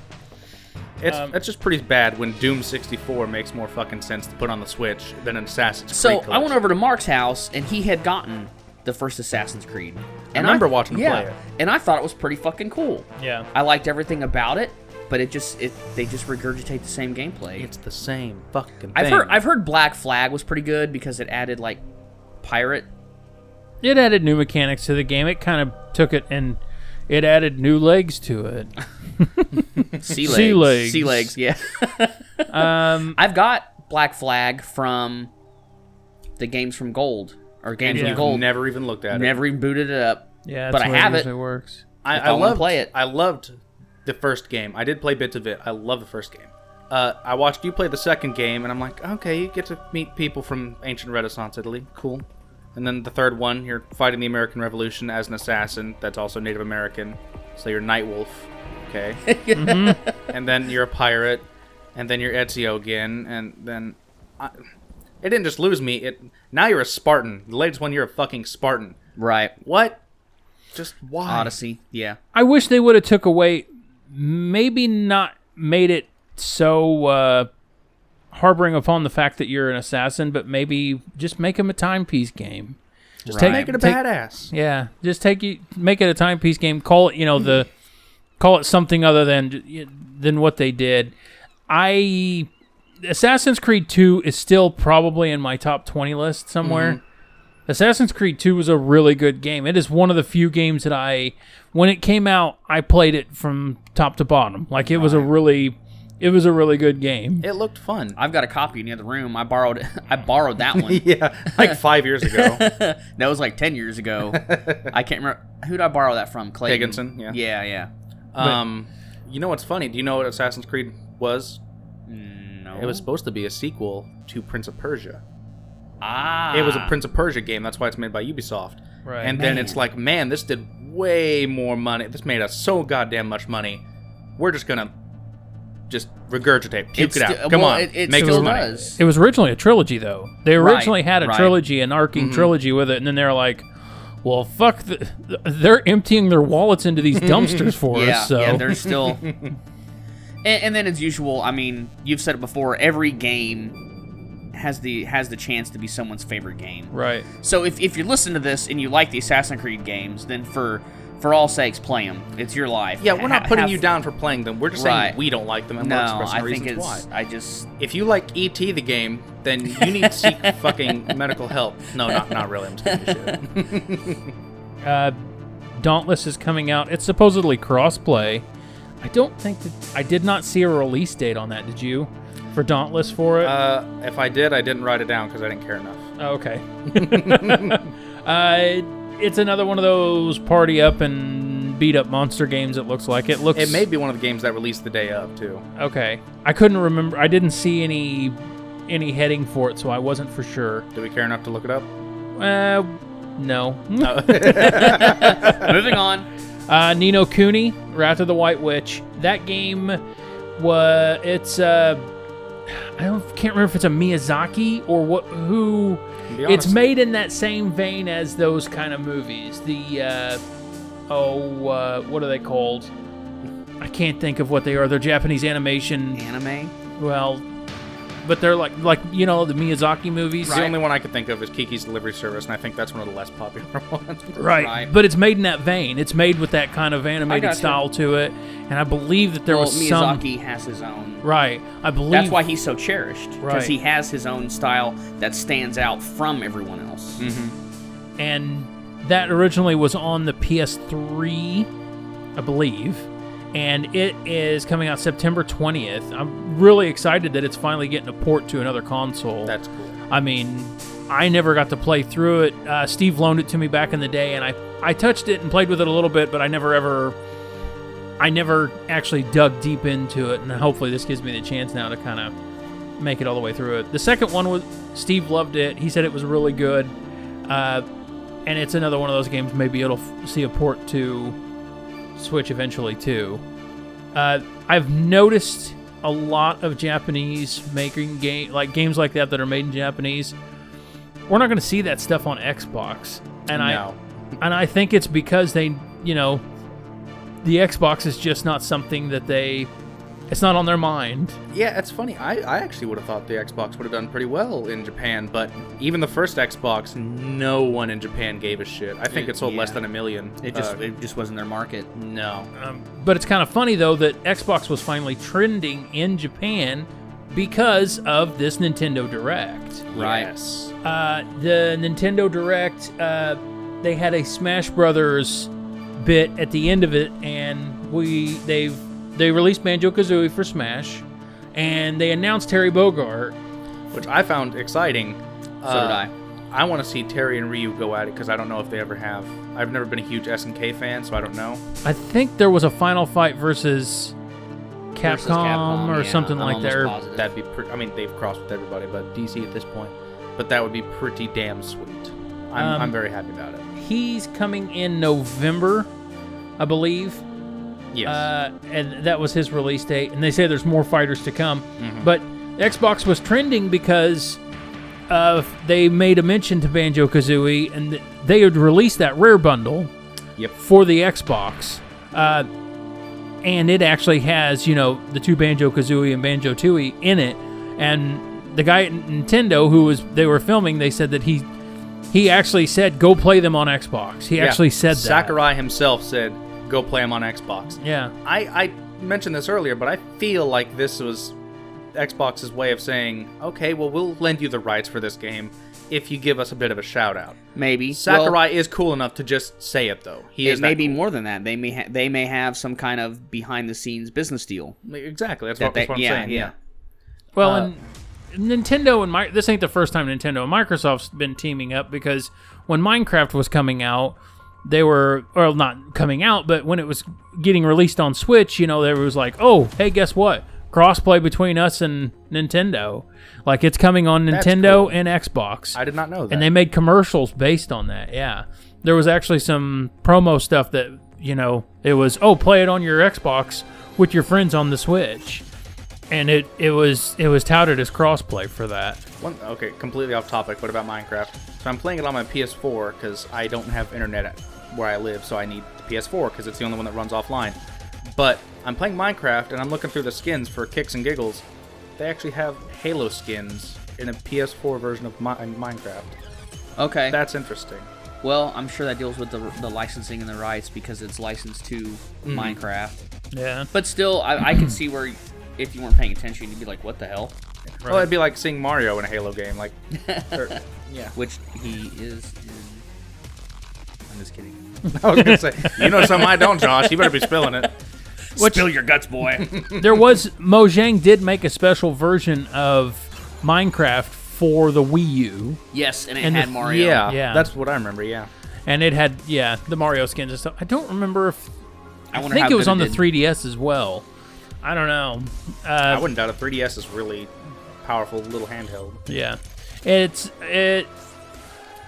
It's that's just pretty bad when Doom 64 makes more fucking sense to put on the Switch than an Assassin's
So
Creed.
I went
collection.
over to Mark's house and he had gotten the first Assassin's Creed. And
remember watching him
yeah,
play it.
And I thought it was pretty fucking cool.
yeah.
I liked everything about it, but it just it they just regurgitate the same gameplay.
It's the same fucking thing.
I've heard I've heard Black Flag was pretty good because it added like pirate.
It added new mechanics to the game. It kind of took it and it added new legs to it.
Sea legs.
Sea legs.
Sea legs, yeah. um, I've got Black Flag from the games from Gold or games
Yeah.
from Gold. Never,
never even looked at it.
never even booted it up.
Yeah,
But
that's
I
the way
have it.
usually works.
I,
If
I
I wanna
loved
play it.
I loved the first game. I did play bits of it. I love the first game. Uh, I watched you play the second game, and I'm like, okay, you get to meet people from ancient Renaissance Italy, cool. And then the third one, you're fighting the American Revolution as an assassin that's also Native American, so you're Night Wolf, okay. And then you're a pirate, and then you're Ezio again, and then I, it didn't just lose me. It now you're a Spartan. The latest one, you're a fucking Spartan.
Right.
What? Just why?
Odyssey. Yeah.
I wish they would have took away, maybe not made it so uh, harboring upon the fact that you're an assassin, but maybe just make him a timepiece game. Just
Right.
Make it a
take-
badass.
Yeah, just take you make it a timepiece game. Call it you know the call it something other than than what they did. I Assassin's Creed 2 is still probably in my top 20 list somewhere. Assassin's Creed 2 was a really good game. It is one of the few games that I when it came out, I played it from top to bottom. Like it was a really it was a really good game.
It looked fun.
I've got a copy in the other room. I borrowed I borrowed that one.
yeah, like five years ago.
That was like ten years ago. I can't remember who did I borrow that from? Clay
Higginson, yeah.
Yeah, yeah.
um, you know what's funny? Do you know what Assassin's Creed was?
No.
It was supposed to be a sequel to Prince of Persia.
ah.
It was a Prince of Persia game. That's why it's made by Ubisoft.
Right.
And then it's like, man, this did way more money. This made us so goddamn much money. We're just gonna just regurgitate, puke
It's
it out.
sti-
Come
well,
on,
it, it
make
still
us money.
does.
It was originally a trilogy, though. They
Right,
originally had a
right. Mm-hmm.
trilogy, an arcing trilogy with it, and then they're like, "Well, fuck! The, they're emptying their wallets into these dumpsters for
yeah,
us." So
yeah, they're still. and, and then as usual, I mean, you've said it before. Every game has the has the chance to be someone's favorite game.
right.
So if, if you listen to this and you like the Assassin's Creed games, then for for all sakes, play them. It's your life.
Yeah, we're not
Ha-
putting
have-
you down for playing them. We're just
Right.
saying we don't like them and
No,
we're expressing
I
reasons
think it's.
why.
I just.
If you like ET the game, then you need to seek fucking medical help. No, not not really. I'm just giving you shit.
Uh, Dauntless is coming out. It's supposedly crossplay. I don't think that I did not see a release date on that. Did you? For Dauntless for it?
Uh, if I did, I didn't write it down because I didn't care enough.
Oh, okay. uh, it's another one of those party up and beat up monster games. It looks like it looks.
It may be one of the games that released the day of too.
Okay. I couldn't remember. I didn't see any any heading for it, so I wasn't for sure.
Do we care enough to look it up?
Uh, no.
Moving on.
Uh, Nino Cooney, Wrath of the White Witch. That game was it's uh I don't can't remember if it's a Miyazaki or what who
Be
it's
honest.
made in that same vein as those kind of movies. The uh oh uh what are they called? I can't think of what they are. They're Japanese animation
Anime.
well but they're like like you know the Miyazaki movies.
The only one I could think of is Kiki's Delivery Service, and I think that's one of the less popular ones.
Right.
Right.
But it's made in that vein. It's made with that kind of animated
gotcha.
style to it. And I believe that there
well,
was some
Miyazaki has his own.
Right. I believe
That's why he's so cherished because
Right.
he has his own style that stands out from everyone else.
Mm. and that originally was on the PS3, I believe. And it is coming out September 20th. I'm really excited that it's finally getting a port to another console.
That's cool.
I mean, I never got to play through it. Uh, Steve loaned it to me back in the day, and I I touched it and played with it a little bit, but I never ever, I never actually dug deep into it. And hopefully, this gives me the chance now to kind of make it all the way through it. The second one was Steve loved it. He said it was really good, uh, and it's another one of those games. Maybe it'll f- see a port to Switch eventually too. Uh, I've noticed a lot of Japanese making game like games like that that are made in Japanese. We're not going to see that stuff on Xbox, and
No.
I and I think it's because they, you know, the Xbox is just not something that they. It's not on their mind.
Yeah, it's funny. I, I actually would have thought the Xbox would have done pretty well in Japan, but even the first Xbox, no one in Japan gave a shit. I think
It-
it, sold less
yeah.
than a million.
It just
Uh,
it just wasn't their market.
no.
But it's kind of funny though that Xbox was finally trending in Japan because of this Nintendo Direct.
Right.
Yes.
Uh, the Nintendo Direct, uh, they had a Smash Brothers bit at the end of it, and we they've they released Banjo Kazooie for Smash, and they announced Terry Bogart.
Which I found exciting.
So did I.
I want to see Terry and Ryu go at it because I don't know if they ever have. I've never been a huge SNK fan, so I don't know.
I think there was a Final Fight versus Capcom,
Versus Capcom,
or
yeah,
something
I'm
like that.
almost
or-
positive.
That'd be pretty. I mean, they've crossed with everybody, but DC at this point. But that would be pretty damn sweet. I'm,
Um,
I'm very happy about it.
He's coming in November, I believe.
Yes.
uh, and that was his release date. And they say there's more fighters to come,
Mm-hmm.
but Xbox was trending because of they made a mention to Banjo Kazooie, and th- they had released that rare bundle
Yep.
for the Xbox, uh, and it actually has you know the two Banjo Kazooie and Banjo Tooie in it, and the guy at Nintendo who was they were filming, they said that he. He actually said, "Go play them on Xbox." He
Yeah.
actually said that.
Sakurai himself said, "Go play him on Xbox."
Yeah.
I, I mentioned this earlier, but I feel like this was Xbox's way of saying, "Okay, well, we'll lend you the rights for this game if you give us a bit of a shout out."
Maybe
Sakurai
Well,
is cool enough to just say it though. He is
it may
that
be
cool.
more than that. They may ha- they may have some kind of behind the scenes business deal.
exactly. That's
That
what,
they-
that's what I'm
yeah,
saying.
yeah.
Yeah.
Well,
Uh,
and Nintendo and Mi- this ain't the first time Nintendo and Microsoft's been teaming up because when Minecraft was coming out, they were or not coming out, but when it was getting released on Switch, you know, there was like, "Oh, hey, guess what? Crossplay between us and Nintendo. Like it's coming on
That's
Nintendo
cool.
and Xbox."
I did not know that.
and they made commercials based on that. Yeah, there was actually some promo stuff that you know it was oh play it on your Xbox with your friends on the Switch, and it it was it was touted as crossplay for that.
One, okay, completely off topic, but about Minecraft. So I'm playing it on my PS4 because I don't have internet at where I live, so I need the PS4 because it's the only one that runs offline. But I'm playing Minecraft and I'm looking through the skins for kicks and giggles. They actually have Halo skins in a PS4 version of Mi- Minecraft.
Okay.
That's interesting.
well, I'm sure that deals with the, the licensing and the rights because it's licensed to
Mm-hmm.
Minecraft.
Yeah.
But still, I, I can see where if you weren't paying attention, you'd be like, "What the hell?"
Well, it'd be like seeing Mario in a Halo game, like. or- yeah.
Which he is. in... I'm just kidding.
I was gonna say, you know something I don't, Josh. You better be spilling it.
Spill your guts, boy.
there was Mojang did make a special version of Minecraft for the Wii U,
yes, and it
And
had
the-
Mario.
Yeah,
Yeah.
that's what I remember. Yeah,
and it had yeah the Mario skins and stuff. I don't remember if
I,
I
wonder
think
how
it was
good
on the
did.
3DS as well. I don't know.
Uh,
I wouldn't doubt it. 3DS is really powerful little handheld.
Yeah, it's it.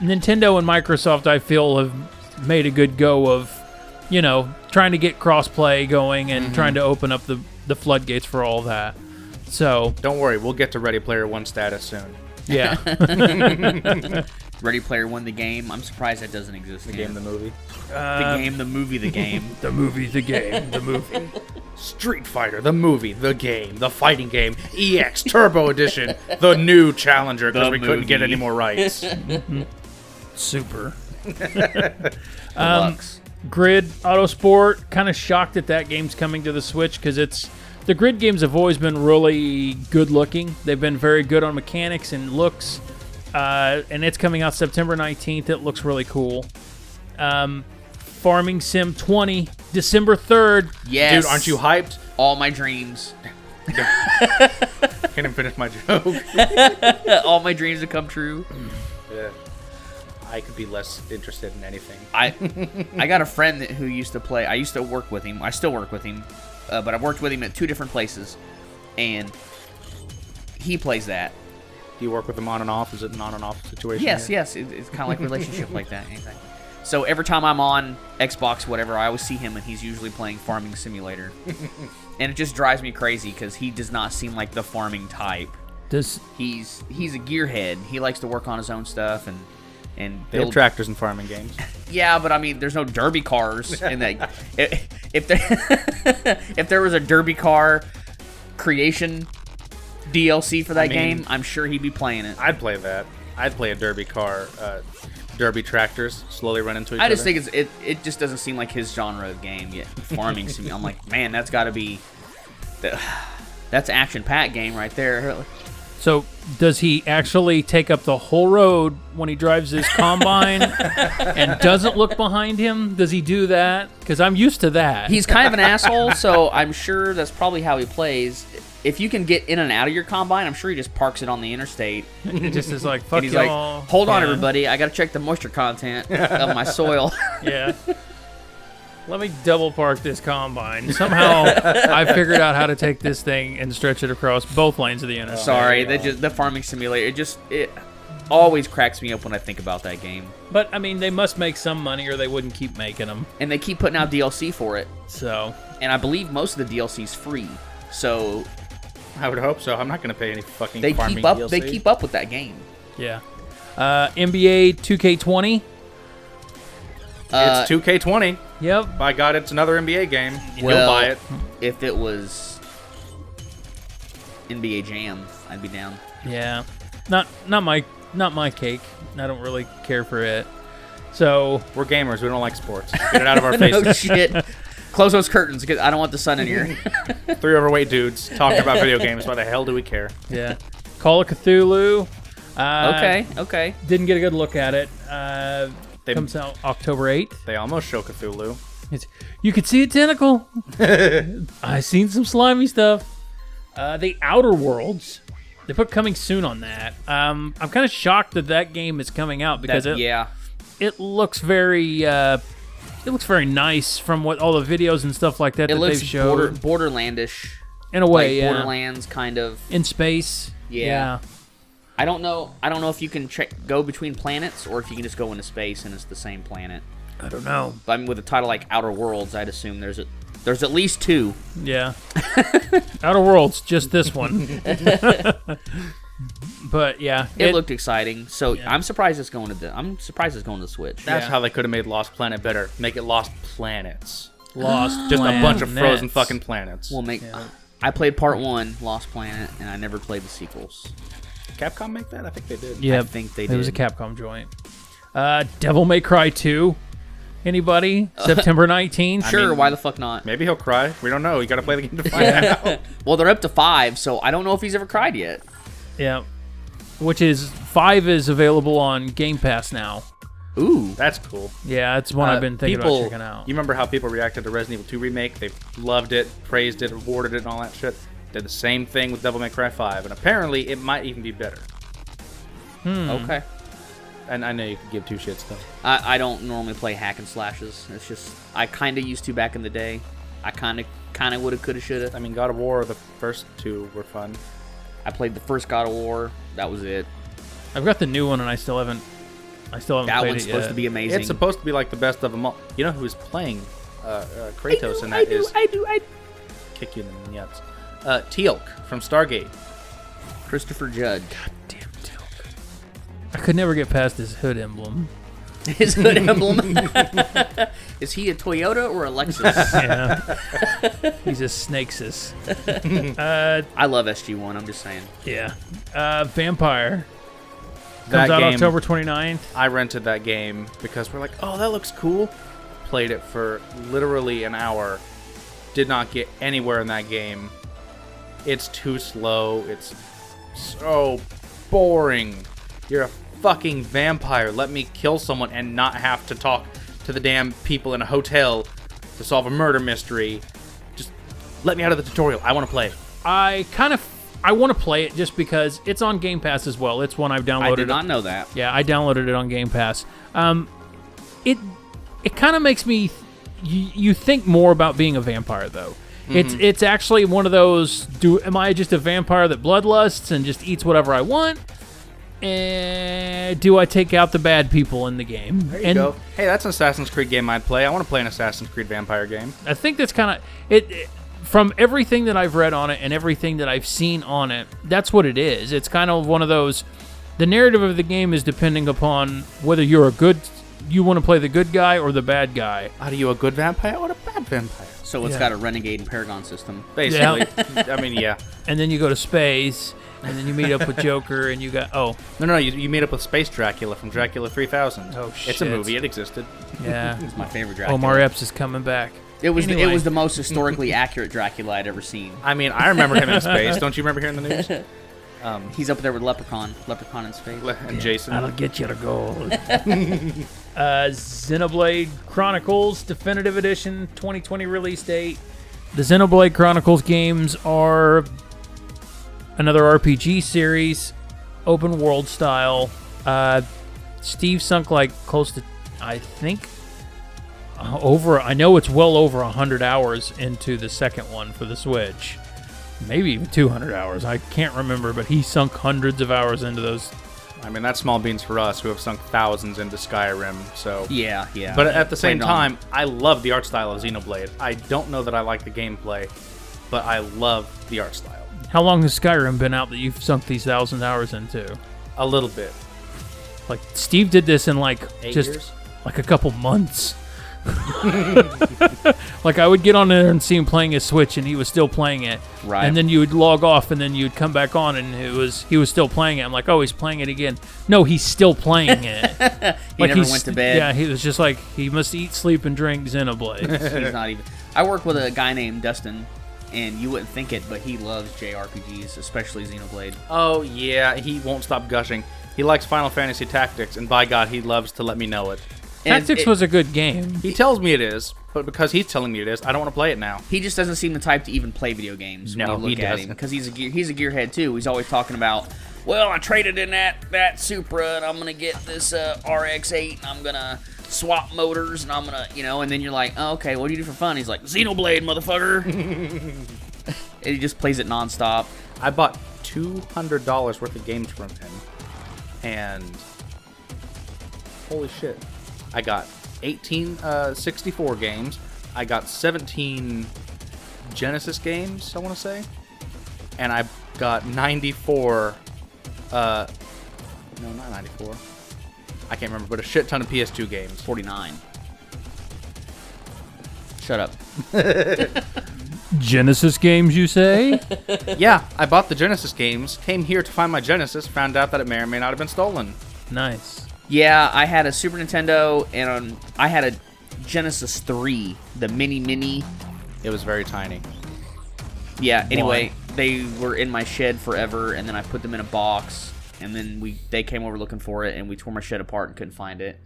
Nintendo and Microsoft, I feel, have made a good go of, you know, trying to get crossplay going and trying to open up the the floodgates for all that. So
Don't worry, we'll get to Ready Player One status soon.
yeah,
Ready Player One, the game. I'm surprised that doesn't exist.
The
yet.
game, the movie,
Uh,
the game, Um, the movie, the game.
the movie, the game, the movie.
Street Fighter, the movie, the game, the fighting game, EX Turbo Edition, the new Challenger because
The
we couldn't get
movie.
any more rights.
Super.
Deluxe.
Grid Autosport. Kind of shocked that that game's coming to the Switch because it's the Grid games have always been really good looking. They've been very good on mechanics and looks, uh, and it's coming out September nineteenth. It looks really cool. Um, Farming Sim 20, December 3rd.
yes.
Dude, aren't you hyped?
All my dreams.
Can't even finish my joke.
All my dreams have come true.
Yeah. I could be less interested in anything.
I I got a friend that, who used to play. I used to work with him. I still work with him, uh, but I've worked with him at two different places, and he plays that.
Do you work with them on and off? Is it an on and off situation?
Yes,
here?
yes, it, it's kind of like relationship like that. Exactly. So every time I'm on Xbox, whatever, I always see him, and he's usually playing Farming Simulator, and it just drives me crazy because he does not seem like the farming type.
Does
He's he's a gearhead. He likes to work on his own stuff and and
They have
build
tractors in farming games.
Yeah, but I mean, there's no derby cars in that. if, if there if there was a derby car creation DLC for that
mean-
game, I'm sure he'd be playing it.
I'd play that. I'd play a derby car, uh, derby tractors slowly run into each
I just
other.
think it's it, it just doesn't seem like his genre of game yet. Farming sim. I'm like, man, that's got to be the, that's action packed game right there.
so does he actually take up the whole road when he drives his combine and doesn't look behind him? Does he do that? Because I'm used to that.
He's kind of an asshole, so I'm sure that's probably how he plays. If you can get in and out of your combine, I'm sure he just parks it on the interstate
It just is like fuck
and he's like,
y'all.
"Hold on,
Yeah.
everybody, I gotta check the moisture content of my soil."
Yeah. Let me double park this combine. Somehow I figured out how to take this thing and stretch it across both lanes of the interstate.
Sorry, that just the farming simulator. It just it always cracks me up when I think about that game.
But I mean, they must make some money or they wouldn't keep making them.
And they keep putting out DLC for it,
So
and I believe most of the DLC's free. So
I would hope so. I'm not going to pay any fucking
they
farming
keep up. They
DLC.
keep up with that game.
yeah. Uh, NBA 2K20.
Uh,
it's 2K20.
Yep.
By God, it's another NBA game.
Well-
You'll buy it.
if it was NBA Jam, I'd be down.
Yeah. Not not my not my cake. I don't really care for it. So
We're gamers. We don't like sports. Get it out of our faces.
Oh shit! Close those curtains because I don't want the sun in here.
Three overweight dudes talking about video games. Why the hell do we care?
yeah, Call of Cthulhu. Uh,
okay, okay.
Didn't get a good look at it. Uh,
They-
comes out October 8th.
They almost show Cthulhu.
It's, you could see a tentacle. I seen some slimy stuff. Uh, the Outer Worlds. They put coming soon on that. Um, I'm kind of shocked that that game is coming out because it
That- yeah,
it looks very uh, it looks very nice from what all the videos and stuff like that
it
that
looks
they've showed
border, borderlandish.
in a
like
way, yeah.
Borderlands kind of.
in space.
Yeah. I don't know. I don't know if you can check, go between planets or if you can just go into space and it's the same planet.
I don't know.
But I mean, with a title like Outer Worlds, I'd assume there's a, There's at least two.
Yeah. Outer Worlds, just this one. but yeah,
It, looked exciting, so I'm surprised it's going to the. I'm surprised it's going to the Switch.
That's
Yeah.
how they could have made Lost Planet better. Make it Lost Planets.
lost.
Just a bunch of frozen
planets.
fucking planets.
We'll make. I played part one, Lost Planet, and I never played the sequels.
Capcom make that? I think they did.
Yeah,
I think they
it was a
did.
Capcom joint. Uh, Devil May Cry two. Anybody? September nineteenth.
Sure,
mean-
why the fuck not?
Maybe he'll cry. We don't know. You got to play the game to find out.
Well, they're up to five, so I don't know if he's ever cried yet.
Yeah. Which is five is available on Game Pass now.
Ooh,
That's cool.
Yeah, it's one
Uh,
I've been thinking
people,
about checking out.
You remember how people reacted to Resident Evil 2 remake? They loved it, praised it, awarded it, and all that shit. Did the same thing with Devil May Cry 5, and apparently it might even be better.
Mm.
okay.
And I know you could give two shits though.
I, I don't normally play hack and slashes. It's just I kind of used to back in the day. I kind of kind of woulda coulda
I
shoulda.
mean, God of War, the first two were fun.
I played the first God of War. That was it.
I've got the new one and I still haven't. I still haven't
That
played
one's
it
supposed
yet.
to be amazing.
It's supposed to be like the best of them all. You know who's playing uh, uh, Kratos, and that is
I do. I
kick you in the nuts. Uh, Teal'c from Stargate.
Christopher Judd.
Damn Tilk. I could never get past his hood emblem.
His hood emblem. Is he a Toyota or a Lexus?
Yeah. He's a snakesis.
I love SG1. I'm just saying.
Yeah. Uh, Vampire comes
That
out
game,
October 29th.
I rented that game because we're like, oh, that looks cool. Played it for literally an hour. Did not get anywhere in that game. It's too slow. It's so boring. You're a fucking vampire. Let me kill someone and not have to talk to the damn people in a hotel to solve a murder mystery. Just let me out of the tutorial. I want to play.
I kind of I want to play it just because it's on Game Pass as well. It's one I've downloaded.
I did not know that.
Yeah, I downloaded it on Game Pass. Um, it it kind of makes me you, you think more about being a vampire though. It's it's actually one of those do am I just a vampire that bloodlusts and just eats whatever I want? And do I take out the bad people in the game? There
And go. Hey, that's an Assassin's Creed game I'd play. I want to play an Assassin's Creed vampire game.
I think that's kind of it, it- From everything that I've read on it and everything that I've seen on it, that's what it is. It's kind of one of those. The narrative of the game is depending upon whether you're a good, you want to play the good guy or the bad guy.
Are you a good vampire or a bad vampire?
So it's
Yeah.
got a Renegade and Paragon system.
Basically, I mean, yeah.
And then you go to space, and then you meet up with Joker, and you got oh
No, no, you, you meet up with Space Dracula from Dracula 3000.
Oh,
It's a
shit.
movie. It existed.
yeah,
It's my favorite Dracula.
Omar Epps is coming back.
It was the, it
Anyway.
was the most historically accurate Dracula I'd ever seen.
I mean, I remember him in space. Don't you remember hearing the news?
He's up there with Leprechaun. Leprechaun in space.
Le- And Jason.
get you to gold. uh, Xenoblade Chronicles Definitive Edition 2020 release date. The Xenoblade Chronicles games are another RPG series, open world style. Uh, Steve sunk like close to, I think, uh, over, I know it's well over 100 hours into the second one for the Switch. Maybe even 200 hours. I can't remember, but he sunk hundreds of hours into those
I mean, that's small beans for us who have sunk thousands into Skyrim. So,
Yeah, yeah.
but at the same
Played on-
time, I love the art style of Xenoblade. I don't know that I like the gameplay, but I love the art style
How long has Skyrim been out that you've sunk these thousand hours into?
a little bit.
Like Steve did this in like
Eight
just
years?
like a couple months. like I would get on there and see him playing his Switch, and he was still playing it.
Right.
And then you would log off, and then you'd come back on, and it was he was still playing it. I'm like, oh, he's playing it again. No, he's still playing it.
he
like
never
he's-
went to bed.
Yeah, he was just like he must eat, sleep, and drink Xenoblade.
He's not even. I work with a guy named Dustin, and you wouldn't think it, but he loves JRPGs, especially Xenoblade.
Oh yeah, he won't stop gushing. He likes Final Fantasy Tactics, and by God, he loves to let me know it.
And
Tactics
it-
was a good game.
He tells me it is, but because he's telling me it is, I don't want to play it now.
He just doesn't seem the type to even play video games.
No,
when you look
he
at him
doesn't.
because he's a gear, he's a gearhead too. He's always talking about, well, I traded in that that Supra, and I'm gonna get this uh, RX8, and I'm gonna swap motors, and I'm gonna, you know. And then you're like, oh, okay, what do you do for fun? He's like, Xenoblade, motherfucker. and he just plays it nonstop.
I bought two hundred dollars worth of games from him, and holy shit, I got eighteen uh, sixty-four games. I got 17 Genesis games, I want to say, and I got 94. Uh, no, not 94. I can't remember, but a shit ton of PS2 games.
49. Shut up.
Genesis games, you say?
yeah, I bought the Genesis games, came here to find my Genesis, found out that it may or may not have been stolen.
nice.
Yeah, I had a Super Nintendo and um, I had a Genesis 3, the mini mini.
It was very tiny.
Yeah, anyway, they were in my shed forever and then I put them in a box and then we they came over looking for it and we tore my shed apart and couldn't find it.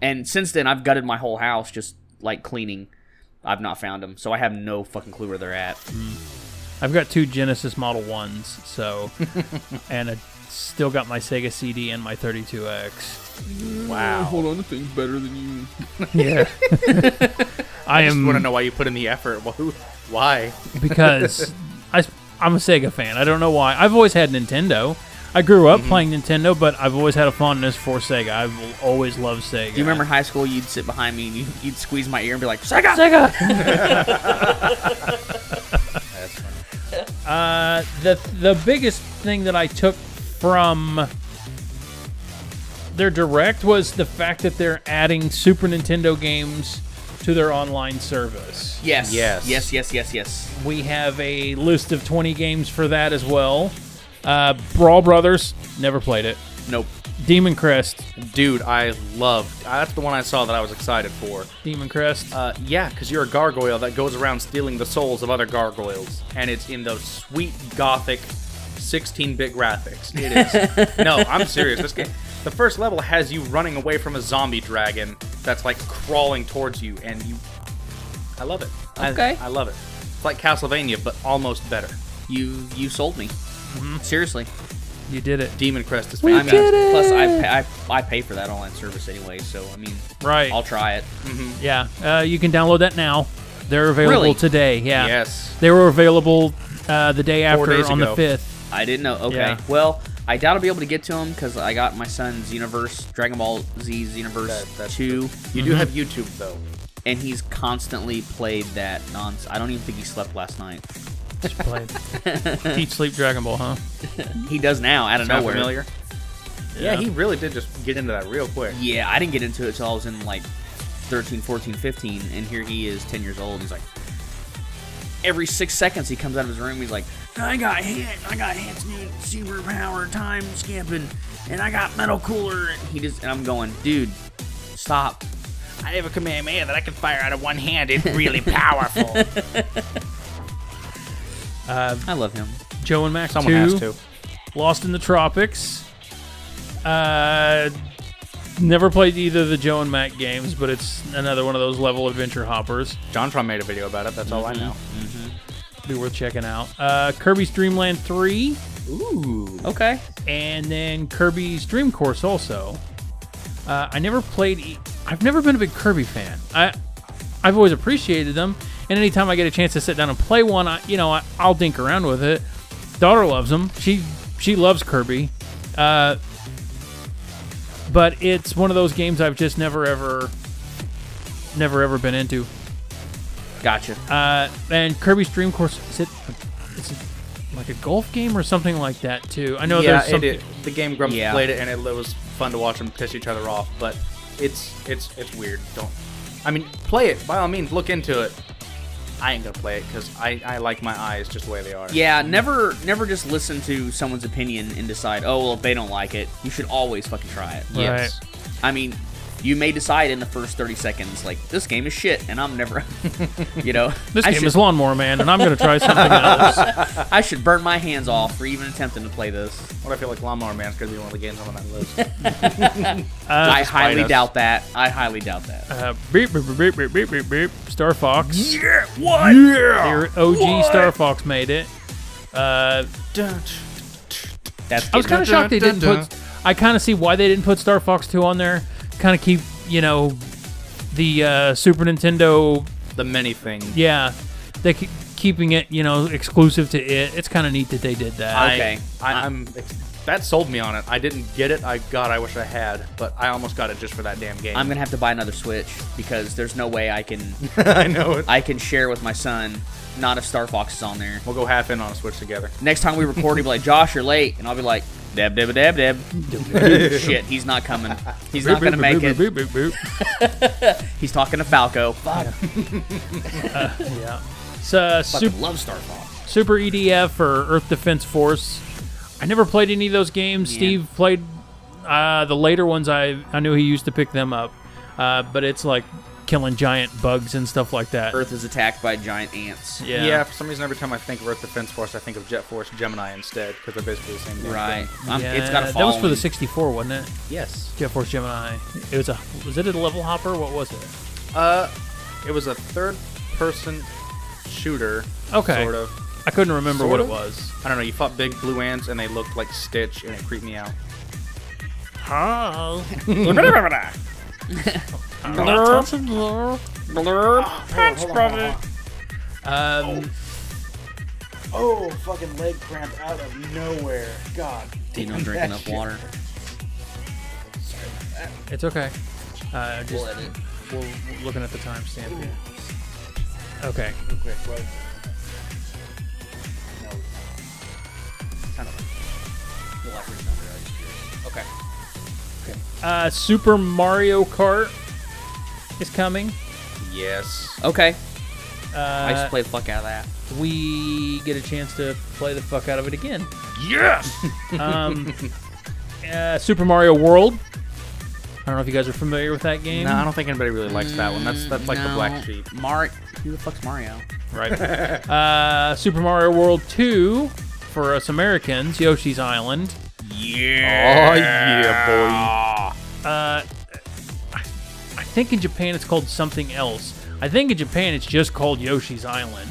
And since then I've gutted my whole house just like cleaning. I've not found them, so I have no fucking clue where they're at.
I've got two Genesis Model 1s, so. and I still got my Sega CD and my 32X.
Wow.
Mm, Hold on, the thing's better than you.
Yeah. I
I
am.
want to know why you put in the effort. Why- Why?
because I, am a Sega fan. I don't know why. I've always had Nintendo. I grew
Mm-hmm.
up playing Nintendo, but I've always had a fondness for Sega. I've always loved Sega.
Do you remember high school? You'd sit behind me and you'd, you'd squeeze my ear and be like, Sega!
Sega?
That's
uh, the the biggest thing that I took from their direct was the fact that they're adding Super Nintendo games to their online service.
Yes.
Yes.
Yes, yes, yes, yes.
We have a list of 20 games for that as well. Uh, Brawl Brothers, never played it.
Nope.
Demon Crest,
Dude, I loved. That's the one I saw that I was excited for.
Demon Crest.
Uh, yeah, because you're a gargoyle that goes around stealing the souls of other gargoyles, and it's in those sweet gothic 16-bit graphics. It is. no, I'm serious. This game, the first level has you running away from a zombie dragon that's like crawling towards you, and you. I love it. I-
Okay.
I, love it. It's like Castlevania, but almost better.
You you sold me. Seriously.
you did it.
Demon Crest is
We
I
fantastic.
mean,
did it.
plus I, pa- I I pay for that online service anyway, so I mean,
Right.
I'll try it.
Yeah, uh, you can download that now. They're available
Really?
today. Yeah.
Yes.
They were available uh, the day after
days
on
ago.
the 5th.
I didn't know. Okay.
Yeah.
Well, I doubt I'll be able to get to them because I got my son's Universe, Dragon Ball Z's Universe
That- that's
two,
You
Mm-hmm.
do have YouTube though.
and he's constantly played that non. I don't even think he slept last night.
Just played. Teach Sleep Dragon Ball, huh?
He does now out of
Sound
nowhere.
familiar? Yeah. he really did just get into that real quick.
Yeah, I didn't get into it till I was in like 13, 14, 15, and here he is, 10 years old. He's like, every six seconds he comes out of his room, he's like, I got hit, I got hits, new superpower, time skipping, and I got metal cooler. And he just, and I'm going, dude, stop.
I have a Kamehameha that I can fire out of one hand. It's really powerful.
I love him.
Joe and Max
Someone
2,
has to.
Lost in the Tropics. Uh, never played either of the Joe and Mac games, but it's another one of those level adventure hoppers.
John Tron made a video about it. That's all I know.
Be worth checking out. Uh, Kirby's Dream Land 3,
Ooh.
Okay.
and then Kirby's Dream Course also. Uh, I never played. E- I've never been a big Kirby fan. I I've always appreciated them, and anytime I get a chance to sit down and play one, I you know I, I'll dink around with it. Daughter loves them. She she loves Kirby, uh, but it's one of those games I've just never ever never ever been into.
Gotcha.
Uh, and Kirby's Dream Course is it? It's like a golf game or something like that too. I know
yeah,
there's some
it, it- the game Grumps
Yeah.
played it, and it, was fun to watch them piss each other off. But it's it's it's weird. Don't. I mean, play it by all means. Look into it. I ain't gonna play it because I, I like my eyes just the way they are.
Yeah, never never just listen to someone's opinion and decide, oh, well, if they don't like it, you should always fucking try it.
Yes.
I mean, you may decide in the first 30 seconds, like, this game is shit, and I'm never, you know.
This
I
game
should,
is Lawnmower Man, and I'm going to try something else.
I should burn my hands off for even attempting to play this.
What I feel like Lawnmower Man's gonna be one of the games on that list.
I highly
us.
doubt that. I highly doubt that.
Uh, beep, beep, beep, beep, beep, beep, beep, beep. Star Fox.
Yeah, what?
Their OG Star Fox made it. Uh,
That's
I was kind
getting-
of shocked they didn't put. I kind of see why they didn't put Star Fox 2 on there. Kind of keep, you know, the uh, Super Nintendo.
the many thing.
Yeah. They keep keeping it, you know, exclusive to it. It's kind of neat that they did that.
I-
Okay.
I, I'm ex- that sold me on it. I didn't get it. I God, I wish I had, but I almost got it just for that damn game.
I'm gonna have to buy another Switch because there's no way I can
I know it.
I can share with my son. Not if Star Fox is on there.
we'll go half in on a Switch together.
Next time we record, he'll be like, "Josh, you're late," and I'll be like, "Deb, deb, deb, deb." Shit, he's not coming. He's not gonna make it. He's talking to Falco. Fuck,
Yeah. It's uh,
fucking
Super,
love Star Fox.
Super EDF or Earth Defense Force. I never played any of those games.
Yeah.
Steve played uh, the later ones. I, I knew he used to pick them up, uh, but it's like killing giant bugs and stuff like that.
Earth is attacked by giant ants.
Yeah.
for some reason, every time I think of Earth Defense Force, I think of Jet Force Gemini instead because they're basically the same. damn
Right.
thing.
I'm,
Yeah,
it's got a
that was for the
following.
64, wasn't it?
Yes.
Jet Force Gemini. It was a was it a level hopper? What was it?
Uh, it was a third-person shooter.
Okay.
Sort of.
I couldn't remember
Sort
what
of?
it was.
I don't know. You fought big blue ants, and they looked like Stitch, and it creeped me out.
Oh. Um,
Oh, fucking leg cramp out of nowhere. God.
You don't drink enough water.
it's okay. Uh, just
We'll edit.
we're we're looking at the timestamp here. Okay.
Okay, right.
We'll have written under it. Okay.
Uh, Super Mario Kart is coming.
Yes.
Okay. I used
Uh,
to play the fuck out of that.
we get a chance to play the fuck out of it again. Yes. um, uh, Super Mario World. I don't know if you guys are familiar with that game.
No, I don't think anybody really likes that one. That's that's like the black sheep,
Mark. Who the fuck's Mario?
right?
Uh, Super Mario World 2 for us Americans, Yoshi's Island.
Oh yeah,
Uh, I, I think in Japan it's called something else. I think in Japan it's just called Yoshi's Island.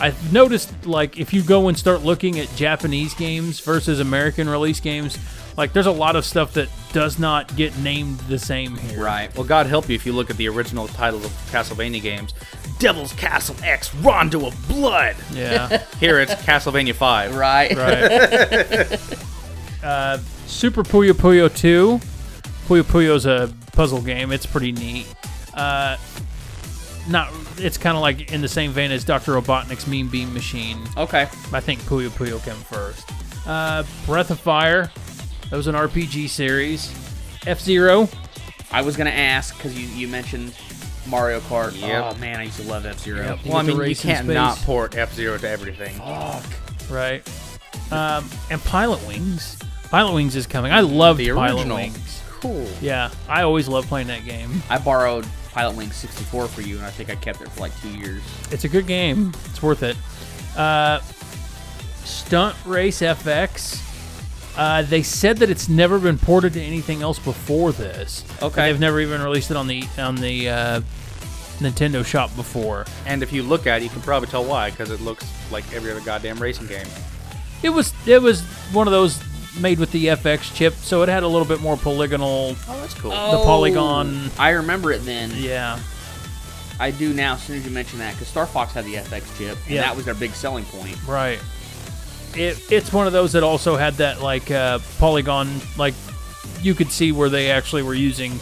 I've noticed, like, if you go and start looking at Japanese games versus American release games, like, there's a lot of stuff that does not get named the same here.
Right.
boy. Well, God help you if you look at the original titles of Castlevania games: Devil's Castle X, Rondo of Blood.
Yeah.
Here it's Castlevania Five.
Right.
right. uh, Super Puyo Puyo 2. Puyo Puyo's a puzzle game. It's pretty neat. Uh, not, it's kind of like in the same vein as Dr. Robotnik's Mean Beam Machine.
Okay.
I think Puyo Puyo came first. Uh, Breath of Fire. That was an RPG series. F Zero.
I was gonna ask because you, you mentioned Mario Kart.
Yep.
Oh man, I used to love F Zero.
Yep.
Well,
You get
I
to
mean, you
race in
can't
space.
not port F Zero to everything.
Right. Um, and Pilot Wings. Pilot Wings is coming. I loved
The
Pilot
original.
Wings.
Cool.
Yeah, I always love playing that game.
I borrowed Pilot Wing 64 for you, and I think I kept it for like two years.
It's a good game. It's worth it. Uh, Stunt Race FX. Uh, they said that it's never been ported to anything else before this.
Okay.
And they've never even released it on the on the uh, Nintendo Shop before.
And if you look at it, you can probably tell why, because it looks like every other goddamn racing game.
It was it was one of those made with the FX chip, so it had a little bit more polygonal.
Oh, that's cool.
The Polygon-
I remember it then.
Yeah.
I do now. As soon as you mention that, because Star Fox had the FX chip, and
Yeah.
that was their big selling point.
Right. It, it's one of those that also had that like uh, polygon like you could see where they actually were using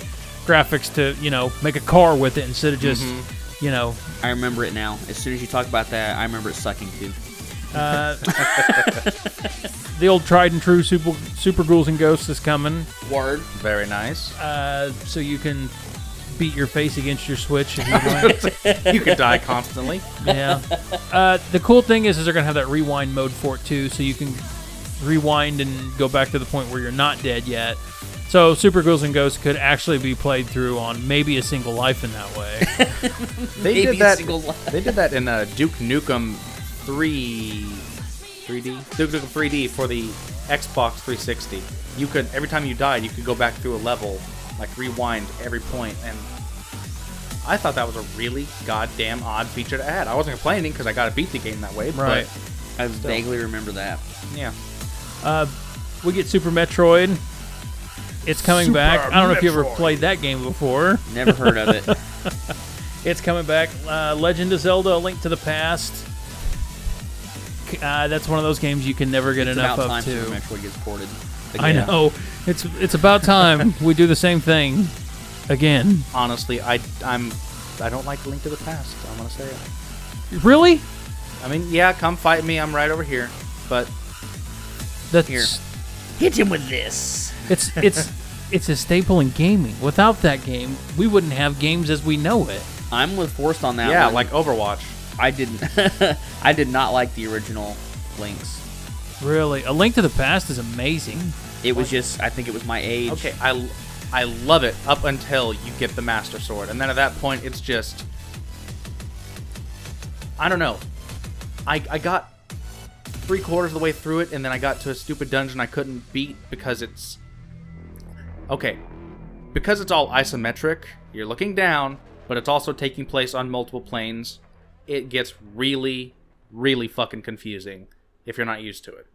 graphics to you know make a car with it instead of just you know
I remember it now. As soon as you talk about that, I remember it sucking too.
the old tried and true super super ghouls and ghosts is coming
Word.
Very nice.
uh, so you can beat your face against your switch if you want
you could die constantly.
yeah. Uh, the cool thing is, is they're gonna have that rewind mode for it too, so you can rewind and go back to the point where you're not dead yet. So Super Ghouls and Ghosts could actually be played through on maybe a single life in that way.
They
Maybe
did that.
a single life.
They did that in uh, Duke Nukem 3, 3D. Duke Nukem 3D for the Xbox 360. You could every time you died, you could go back through a level, like rewind every point, and I thought that was a really goddamn odd feature to add. I wasn't complaining because I got to beat the game that way,
Right.
I vaguely remember that.
But yeah,
we get Super Metroid. It's coming back. I don't know if you ever played that game before.
Never heard of it.
It's coming back. Uh, Legend of Zelda: A Link to the Past. C- Uh, that's one of those games you can never get
It's
enough
about
of
time
too.
Super Metroid gets ported.
I
Again.
know. It's it's about time we do the same thing again.
Honestly, I I'm I don't like Link to the Past. I'm gonna say it.
Really?
I mean, yeah, come fight me. I'm right over here. But
That's
Here. Hit him with this.
it's it's it's a staple in gaming. Without that game, we wouldn't have games as we know it.
I'm with Forrest on that.
yeah,
one.
like Overwatch.
I didn't. I did not like the original Links.
Really, A Link to the Past is amazing.
It was just. I think it was my age.
Okay, I I love it up until you get the Master Sword, and then at that point it's just I don't know. I I got three quarters of the way through it, and then I got to a stupid dungeon I couldn't beat because it's okay because it's all isometric. You're looking down, but it's also taking place on multiple planes. It gets really, really fucking confusing if you're not used to it.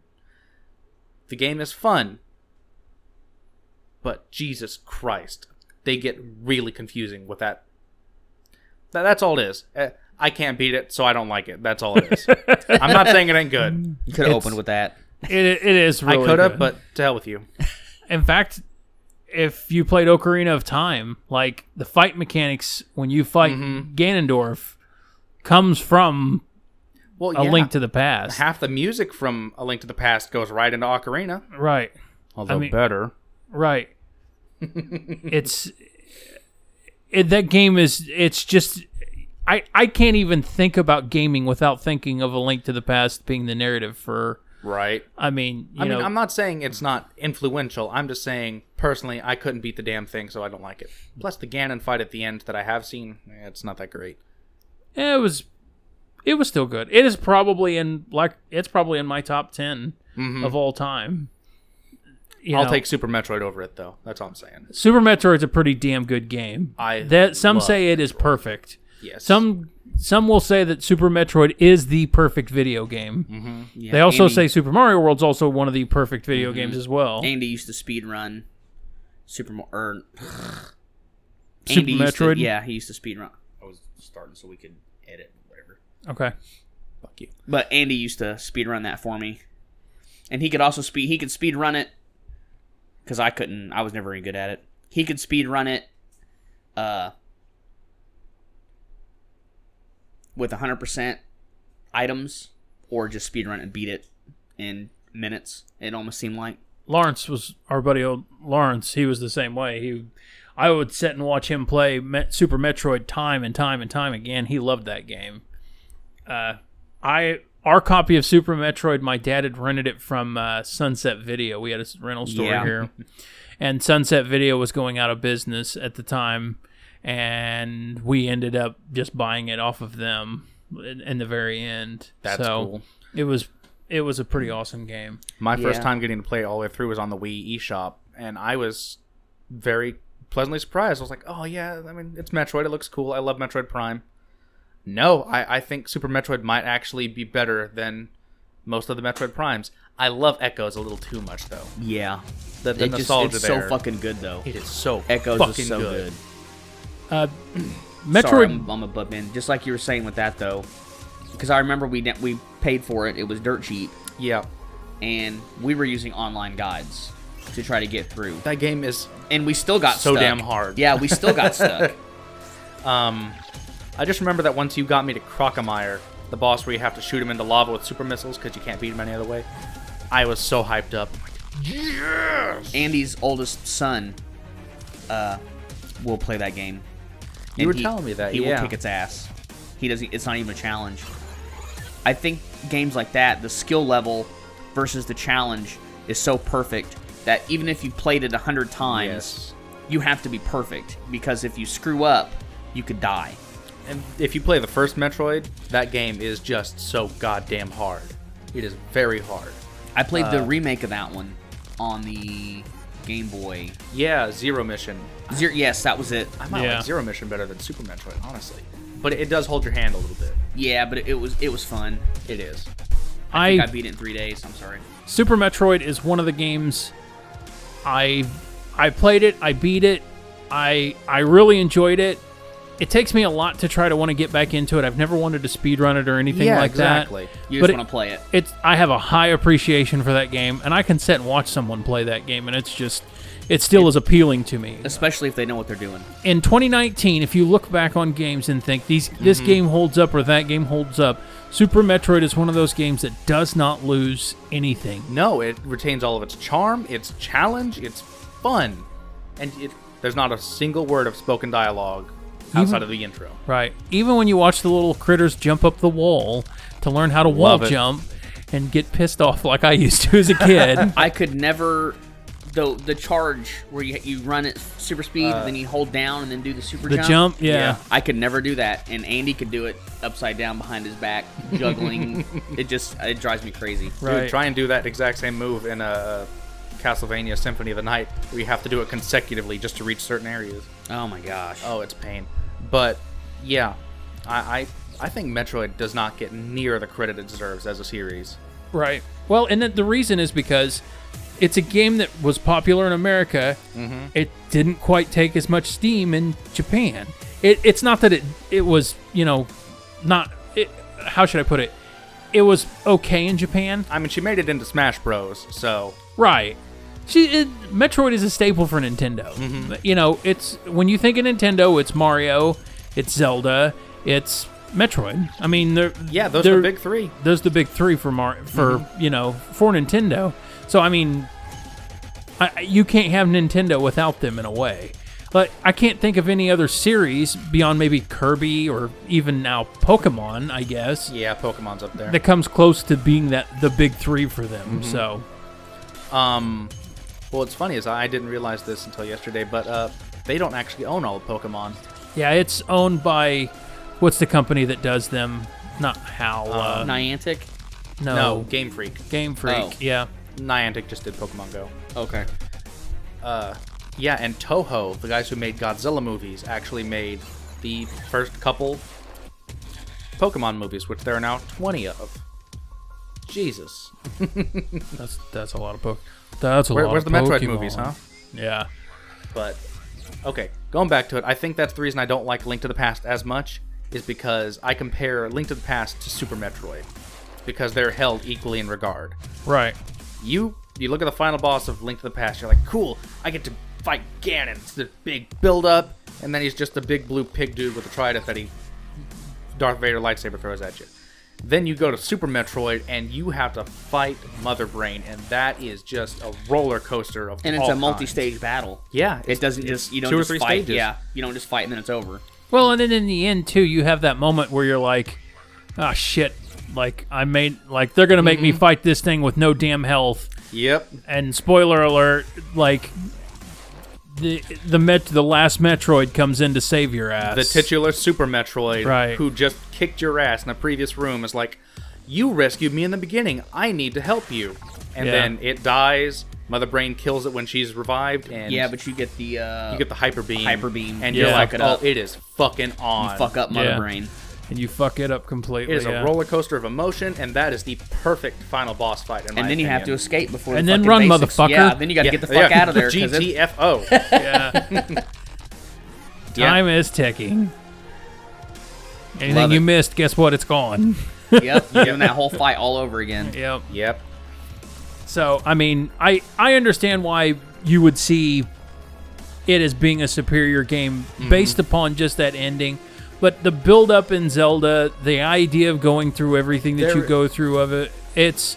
The game is fun, but Jesus Christ, they get really confusing with that. Tha- That's all it is. Eh, I can't beat it, so I don't like it. That's all it is. I'm not saying it ain't good.
You could have opened with that.
It it is really.
I could have,
good.
but to hell with you.
in fact, if you played Ocarina of Time, like the fight mechanics when you fight Ganondorf comes from
Well,
A
yeah,
Link to the Past.
half the music from A Link to the Past goes right into Ocarina,
right.
although
mean-
better.
Right. it's it, that game is it's just I I can't even think about gaming without thinking of a link to the past being the narrative for
Right.
I mean, you
I mean,
know,
I'm not saying it's not influential. I'm just saying personally, I couldn't beat the damn thing, so I don't like it. Plus, the Ganon fight at the end that I have seen, eh, it's not that great.
eh, it was it was still good. It is probably in like it's probably in my top 10 of all time. You
Mm-hmm. I'll
know,
take Super Metroid over it, though. That's all I'm saying.
Super Metroid's a pretty damn good game.
I
that some
love
say it is perfect.
Yes.
Some some will say that Super Metroid is the perfect video game. they also
Andy-
say Super Mario World's also one of the perfect video games as well.
Andy used to speed run Super Mo- or
Super
Andy used to-
Metroid?
yeah, he used to speed run. I was starting so we could edit whatever.
Okay.
Fuck you.
But Andy used to speed run that for me, and he could also speed. He could speed run it because I couldn't. I was never any good at it. He could speed run it, uh, with hundred percent items, or just speed run it and beat it in minutes. It almost seemed like.
Lawrence was our buddy old Lawrence. He was the same way. He I would sit and watch him play Met, Super Metroid time and time and time again. He loved that game. Uh, I our copy of Super Metroid, my dad had rented it from uh, Sunset Video. We had a s- rental store
Yeah.
here, and Sunset Video was going out of business at the time, and we ended up just buying it off of them in, in the very end.
That's
So,
cool.
It was it was a pretty awesome game.
My first
Yeah.
time getting to play it all the way through was on the Wii eShop, and I was very pleasantly surprised. I was like, oh, yeah, I mean, it's Metroid. It looks cool. I love Metroid Prime. No, I, I think Super Metroid might actually be better than most of the Metroid Primes. I love Echoes a little too much, though.
Yeah,
The, the
it just,
nostalgia
it's
there.
so fucking good though.
it is so
Echoes
fucking
is so good.
Metroid
Sorry, I'm, I'm a butt man. Just like you were saying with that though, because I remember we ne- we paid for it. It was dirt cheap,
Yeah.
and we were using online guides to try to get through,
That game is
and we still got
So
stuck.
damn hard.
Yeah, we still got stuck.
I just remember that once you got me to Crocomire, the boss where you have to shoot him into lava with super missiles because you can't beat him any other way, I was so hyped up.
Andy's oldest son, uh, will play that game.
You were telling me that,
he
yeah.
will kick its ass. He doesn't. It's not even a challenge. I think games like that, the skill level versus the challenge, is so perfect that even if you played it a hundred times.
Yes.
you have to be perfect because if you screw up, you could die.
And if you play the first Metroid, that game is just so goddamn hard. It is very hard.
I played
Uh.
the remake of that one on the Game Boy.
Yeah, Zero Mission.
Zero, yes, that was it.
I might
Yeah.
like Zero Mission better than Super Metroid, honestly. But it does hold your hand a little bit.
Yeah, but it was it was fun.
It is.
I think I beat it in three days. I'm sorry.
Super Metroid is one of the games I I played it, I beat it, I I really enjoyed it, it takes me a lot to try to want to get back into it. I've never wanted to speedrun it or anything
Yeah,
like
exactly.
that.
You
but
just
it-
want to play it.
It's I have a high appreciation for that game, and I can sit and watch someone play that game, and it's just it still is appealing to me.
Especially if they know what they're doing.
in 2019, if you look back on games and think these
Mm-hmm.
this game holds up or that game holds up, Super Metroid is one of those games that does not lose anything.
No, it retains all of its charm, its challenge, its fun, and it, there's not a single word of spoken dialogue outside of the intro.
Right. Even when you watch the little critters jump up the wall to learn how to wall
Love it.
jump and get pissed off like I used to as a kid.
I could never. The, the charge where you, you run at super speed
Uh,
and then you hold down and then do the super
the
jump.
jump, yeah.
I could never do that, and Andy could do it upside down behind his back, juggling. it just it drives me crazy.
Right.
Dude, try and do that exact same move in a Castlevania Symphony of the Night. We have to do it consecutively just to reach certain areas.
Oh my gosh.
Oh, it's pain. But yeah, I I, I think Metroid does not get near the credit it deserves as a series.
Right. Well, and that the reason is because it's a game that was popular in America.
Mm-hmm.
It didn't quite take as much steam in Japan. It, it's not that it it was you know not it, how should I put it? It was okay in Japan.
I mean, she made it into Smash Bros. So
Right. She, it, Metroid is a staple for Nintendo.
Mm-hmm.
You know, it's when you think of Nintendo, it's Mario, it's Zelda, it's Metroid. I mean, they're,
yeah, those are
they're
the big Mm-hmm. three.
those are the big three for Mar- for you know for Nintendo. So I mean, I, I- you can't have Nintendo without them in a way. Like I can't think of any other series beyond maybe Kirby or even now Pokemon, I guess,
Yeah, Pokemon's up there.
that comes close to being that the big three for
Mm-hmm.
them. So
Um, well, what's funny is I didn't realize this until yesterday, but uh, they don't actually own all of Pokemon.
yeah, it's owned by what's the company that does them? Not how? Uh,
Niantic.
no,
No, Game Freak.
Game Freak.
Oh.
Yeah,
Niantic just did Pokemon Go.
Okay.
Yeah, and Toho, the guys who made Godzilla movies, actually made the first couple Pokemon movies, which there are now 20 of. Jesus.
that's that's a lot of Pokemon. That's a
Where,
lot.
where's the
of
Metroid
Pokemon.
movies, huh?
Yeah.
But, okay, going back to it, I think that's the reason I don't like Link to the Past as much, is because I compare Link to the Past to Super Metroid, because they're held equally in regard.
Right.
you you look at the final boss of Link to the Past, you're like, cool, I get to fight Ganon. It's this big build up, and then he's just a big blue pig dude with a trident that he Darth Vader lightsaber throws at you. Then you go to Super Metroid and you have to fight Mother Brain, and that is just a roller coaster of
And it's
all
a multi-stage
kinds.
battle.
Yeah, it's-
It doesn't just you don't
two or
just
three
fight.
stages.
Yeah. You don't just fight and then it's over.
Well, and then in the end too, you have that moment where you're like, "Ah, shit! Like I made like they're gonna make me
Mm-hmm.
fight this thing with no damn health."
Yep,
And spoiler alert, like the the met the last Metroid comes in to save your ass.
the titular Super Metroid,
Right.
who just kicked your ass in the previous room, is like, "You rescued me in the beginning. I need to help you." And
Yeah.
then it dies. Mother Brain kills it when she's revived, and
Yeah, but you get the uh,
you get the hyper beam.
Hyper beam.
and
Yeah.
you're like,
Fuck it
"Oh,
up."
it is fucking on."
fuck up mother
Yeah.
brain.
and you fuck it up completely.
It is
yeah.
a roller coaster of emotion, and that is the perfect final boss fight. In
And then you have to escape before.
And
the
then
fucking
run,
basics.
motherfucker.
Yeah. Then you got to get the fuck out of there because
GTFO.
Yeah. Time is ticking. Anything
Love
you
it.
missed, guess what? It's gone.
yep, you're doing that whole fight all over again.
Yep.
yep.
So I mean, I I understand why you would see it as being a superior game based upon just that ending, but the build up in Zelda, the idea of going through everything that you
There-
go through of it, it's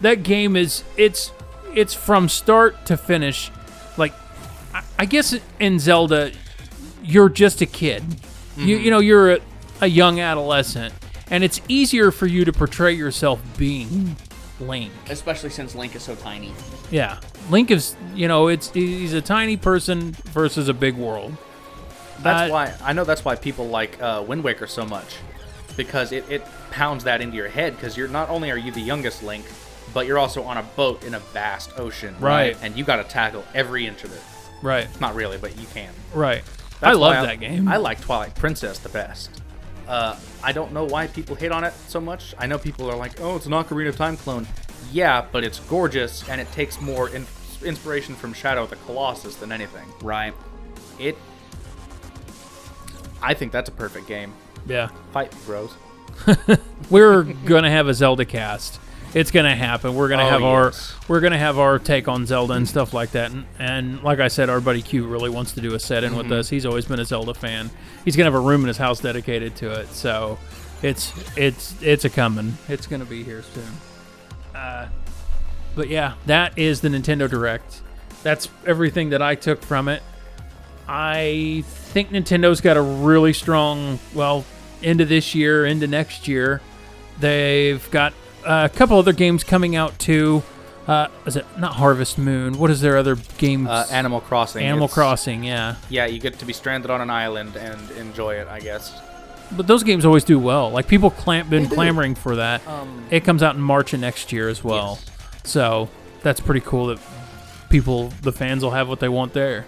that game is it's it's from start to finish. Like I, I guess in Zelda, you're just a kid. You you know you're a, a young adolescent, and it's easier for you to portray yourself being Link.
Especially since Link is so tiny.
Yeah, Link is you know it's he's a tiny person versus a big world.
That's
Uh,
why I know that's why people like uh, Wind Waker so much, because it, it pounds that into your head. Because you're not only are you the youngest Link, but you're also on a boat in a vast ocean,
Right.
And you got to tackle every inch of it.
Right,
Not really, but you can.
right.
That's
I love
why
that game.
I like Twilight Princess the best. Uh, I don't know why people hate on it so much. I know people are like, "Oh, it's an Ocarina of Time clone." Yeah, but it's gorgeous, and it takes more in- inspiration from Shadow of the Colossus than anything
Right.
it I think that's a perfect game.
Yeah.
Fight, bros.
We're gonna have a Zelda cast. It's gonna happen. We're gonna
Oh,
have
yes.
our we're gonna have our take on Zelda and stuff like that. And, and like I said, our buddy Q really wants to do a set in
Mm-hmm.
with us. He's always been a Zelda fan. He's gonna have a room in his house dedicated to it. So it's it's it's a coming. It's gonna be here soon. Uh, but yeah, that is the Nintendo Direct. That's everything that I took from it. I think Nintendo's got a really strong, well, into this year, into next year. They've got uh, a couple other games coming out too. Uh, is it not Harvest Moon? What is their other game?
Uh, Animal Crossing.
Animal
It's-
Crossing, yeah.
Yeah, you get to be stranded on an island and enjoy it, I guess.
But those games always do well. Like people clamp been clamoring for that. it comes out in March of next year as well. So that's pretty cool that people, the fans, will have what they want there.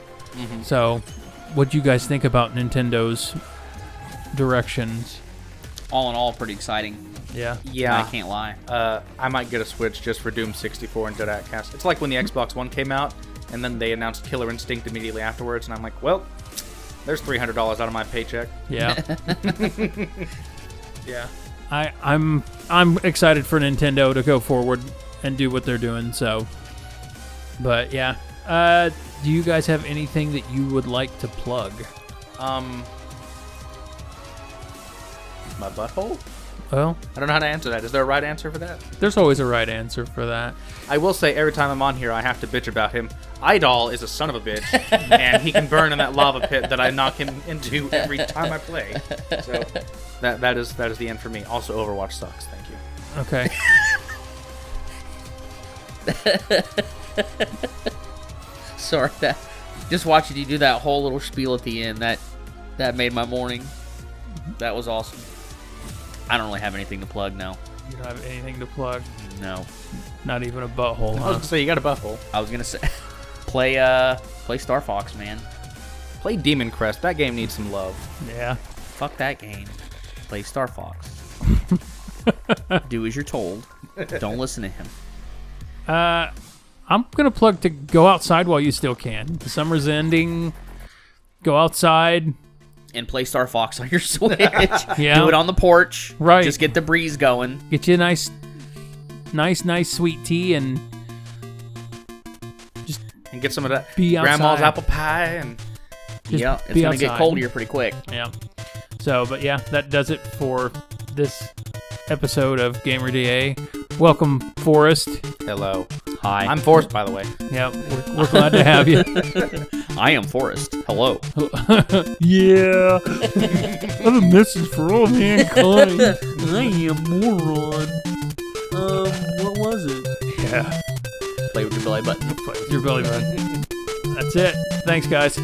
So, what do you guys think about Nintendo's directions?
All in all, pretty exciting.
Yeah.
Yeah.
I can't lie.
uh, I might get a Switch just for Doom 64 and Dead Cast. It's like when the Xbox One came out, and then they announced Killer Instinct immediately afterwards, and I'm like, well, there's $300 out of my paycheck.
Yeah.
Yeah.
I, I'm I'm excited for Nintendo to go forward and do what they're doing. So, but yeah. Uh, do you guys have anything that you would like to plug?
Um. My butthole?
Well,
I don't know how to answer that. Is there a right answer for that?
there's always a right answer for that.
I will say every time I'm on here, I have to bitch about him. Idol is a son of a bitch, and he can burn in that lava pit that I knock him into every time I play. So that that is that is the end for me. Also, Overwatch sucks. Thank you.
Okay.
Sorry that. Just watching you do that whole little spiel at the end that that made my morning. That was awesome. I don't really have anything to plug now.
You don't have anything to plug.
No,
Not even a butthole,
I was
huh?
gonna say you got a butthole.
I was gonna say play uh play Star Fox, man.
Play Demon Crest. That game needs some love.
yeah.
Fuck that game. Play Star Fox. Do as you're told. Don't listen to him.
Uh, I'm gonna plug to go outside while you still can. The summer's ending. Go outside.
And play Star Fox on your Switch.
Yeah.
Do it on the porch.
Right.
Just get the breeze going.
Get you a nice, nice, nice sweet tea and
And get some of that
Be
grandma's
outside.
apple pie and
Just
yeah, it's
be
gonna get
outside.
cold here pretty quick.
yeah. So, but yeah, that does it for this episode of Gamer DA. Welcome, Forrest.
hello.
Hi,
I'm forced, by the way.
Yeah, we're, we're glad to have you.
I am Forrest. Hello.
Yeah. I'm a message for all mankind. I am moron. Um, what was it? Yeah.
Play with your belly button.
Your belly button. That's it. Thanks, guys.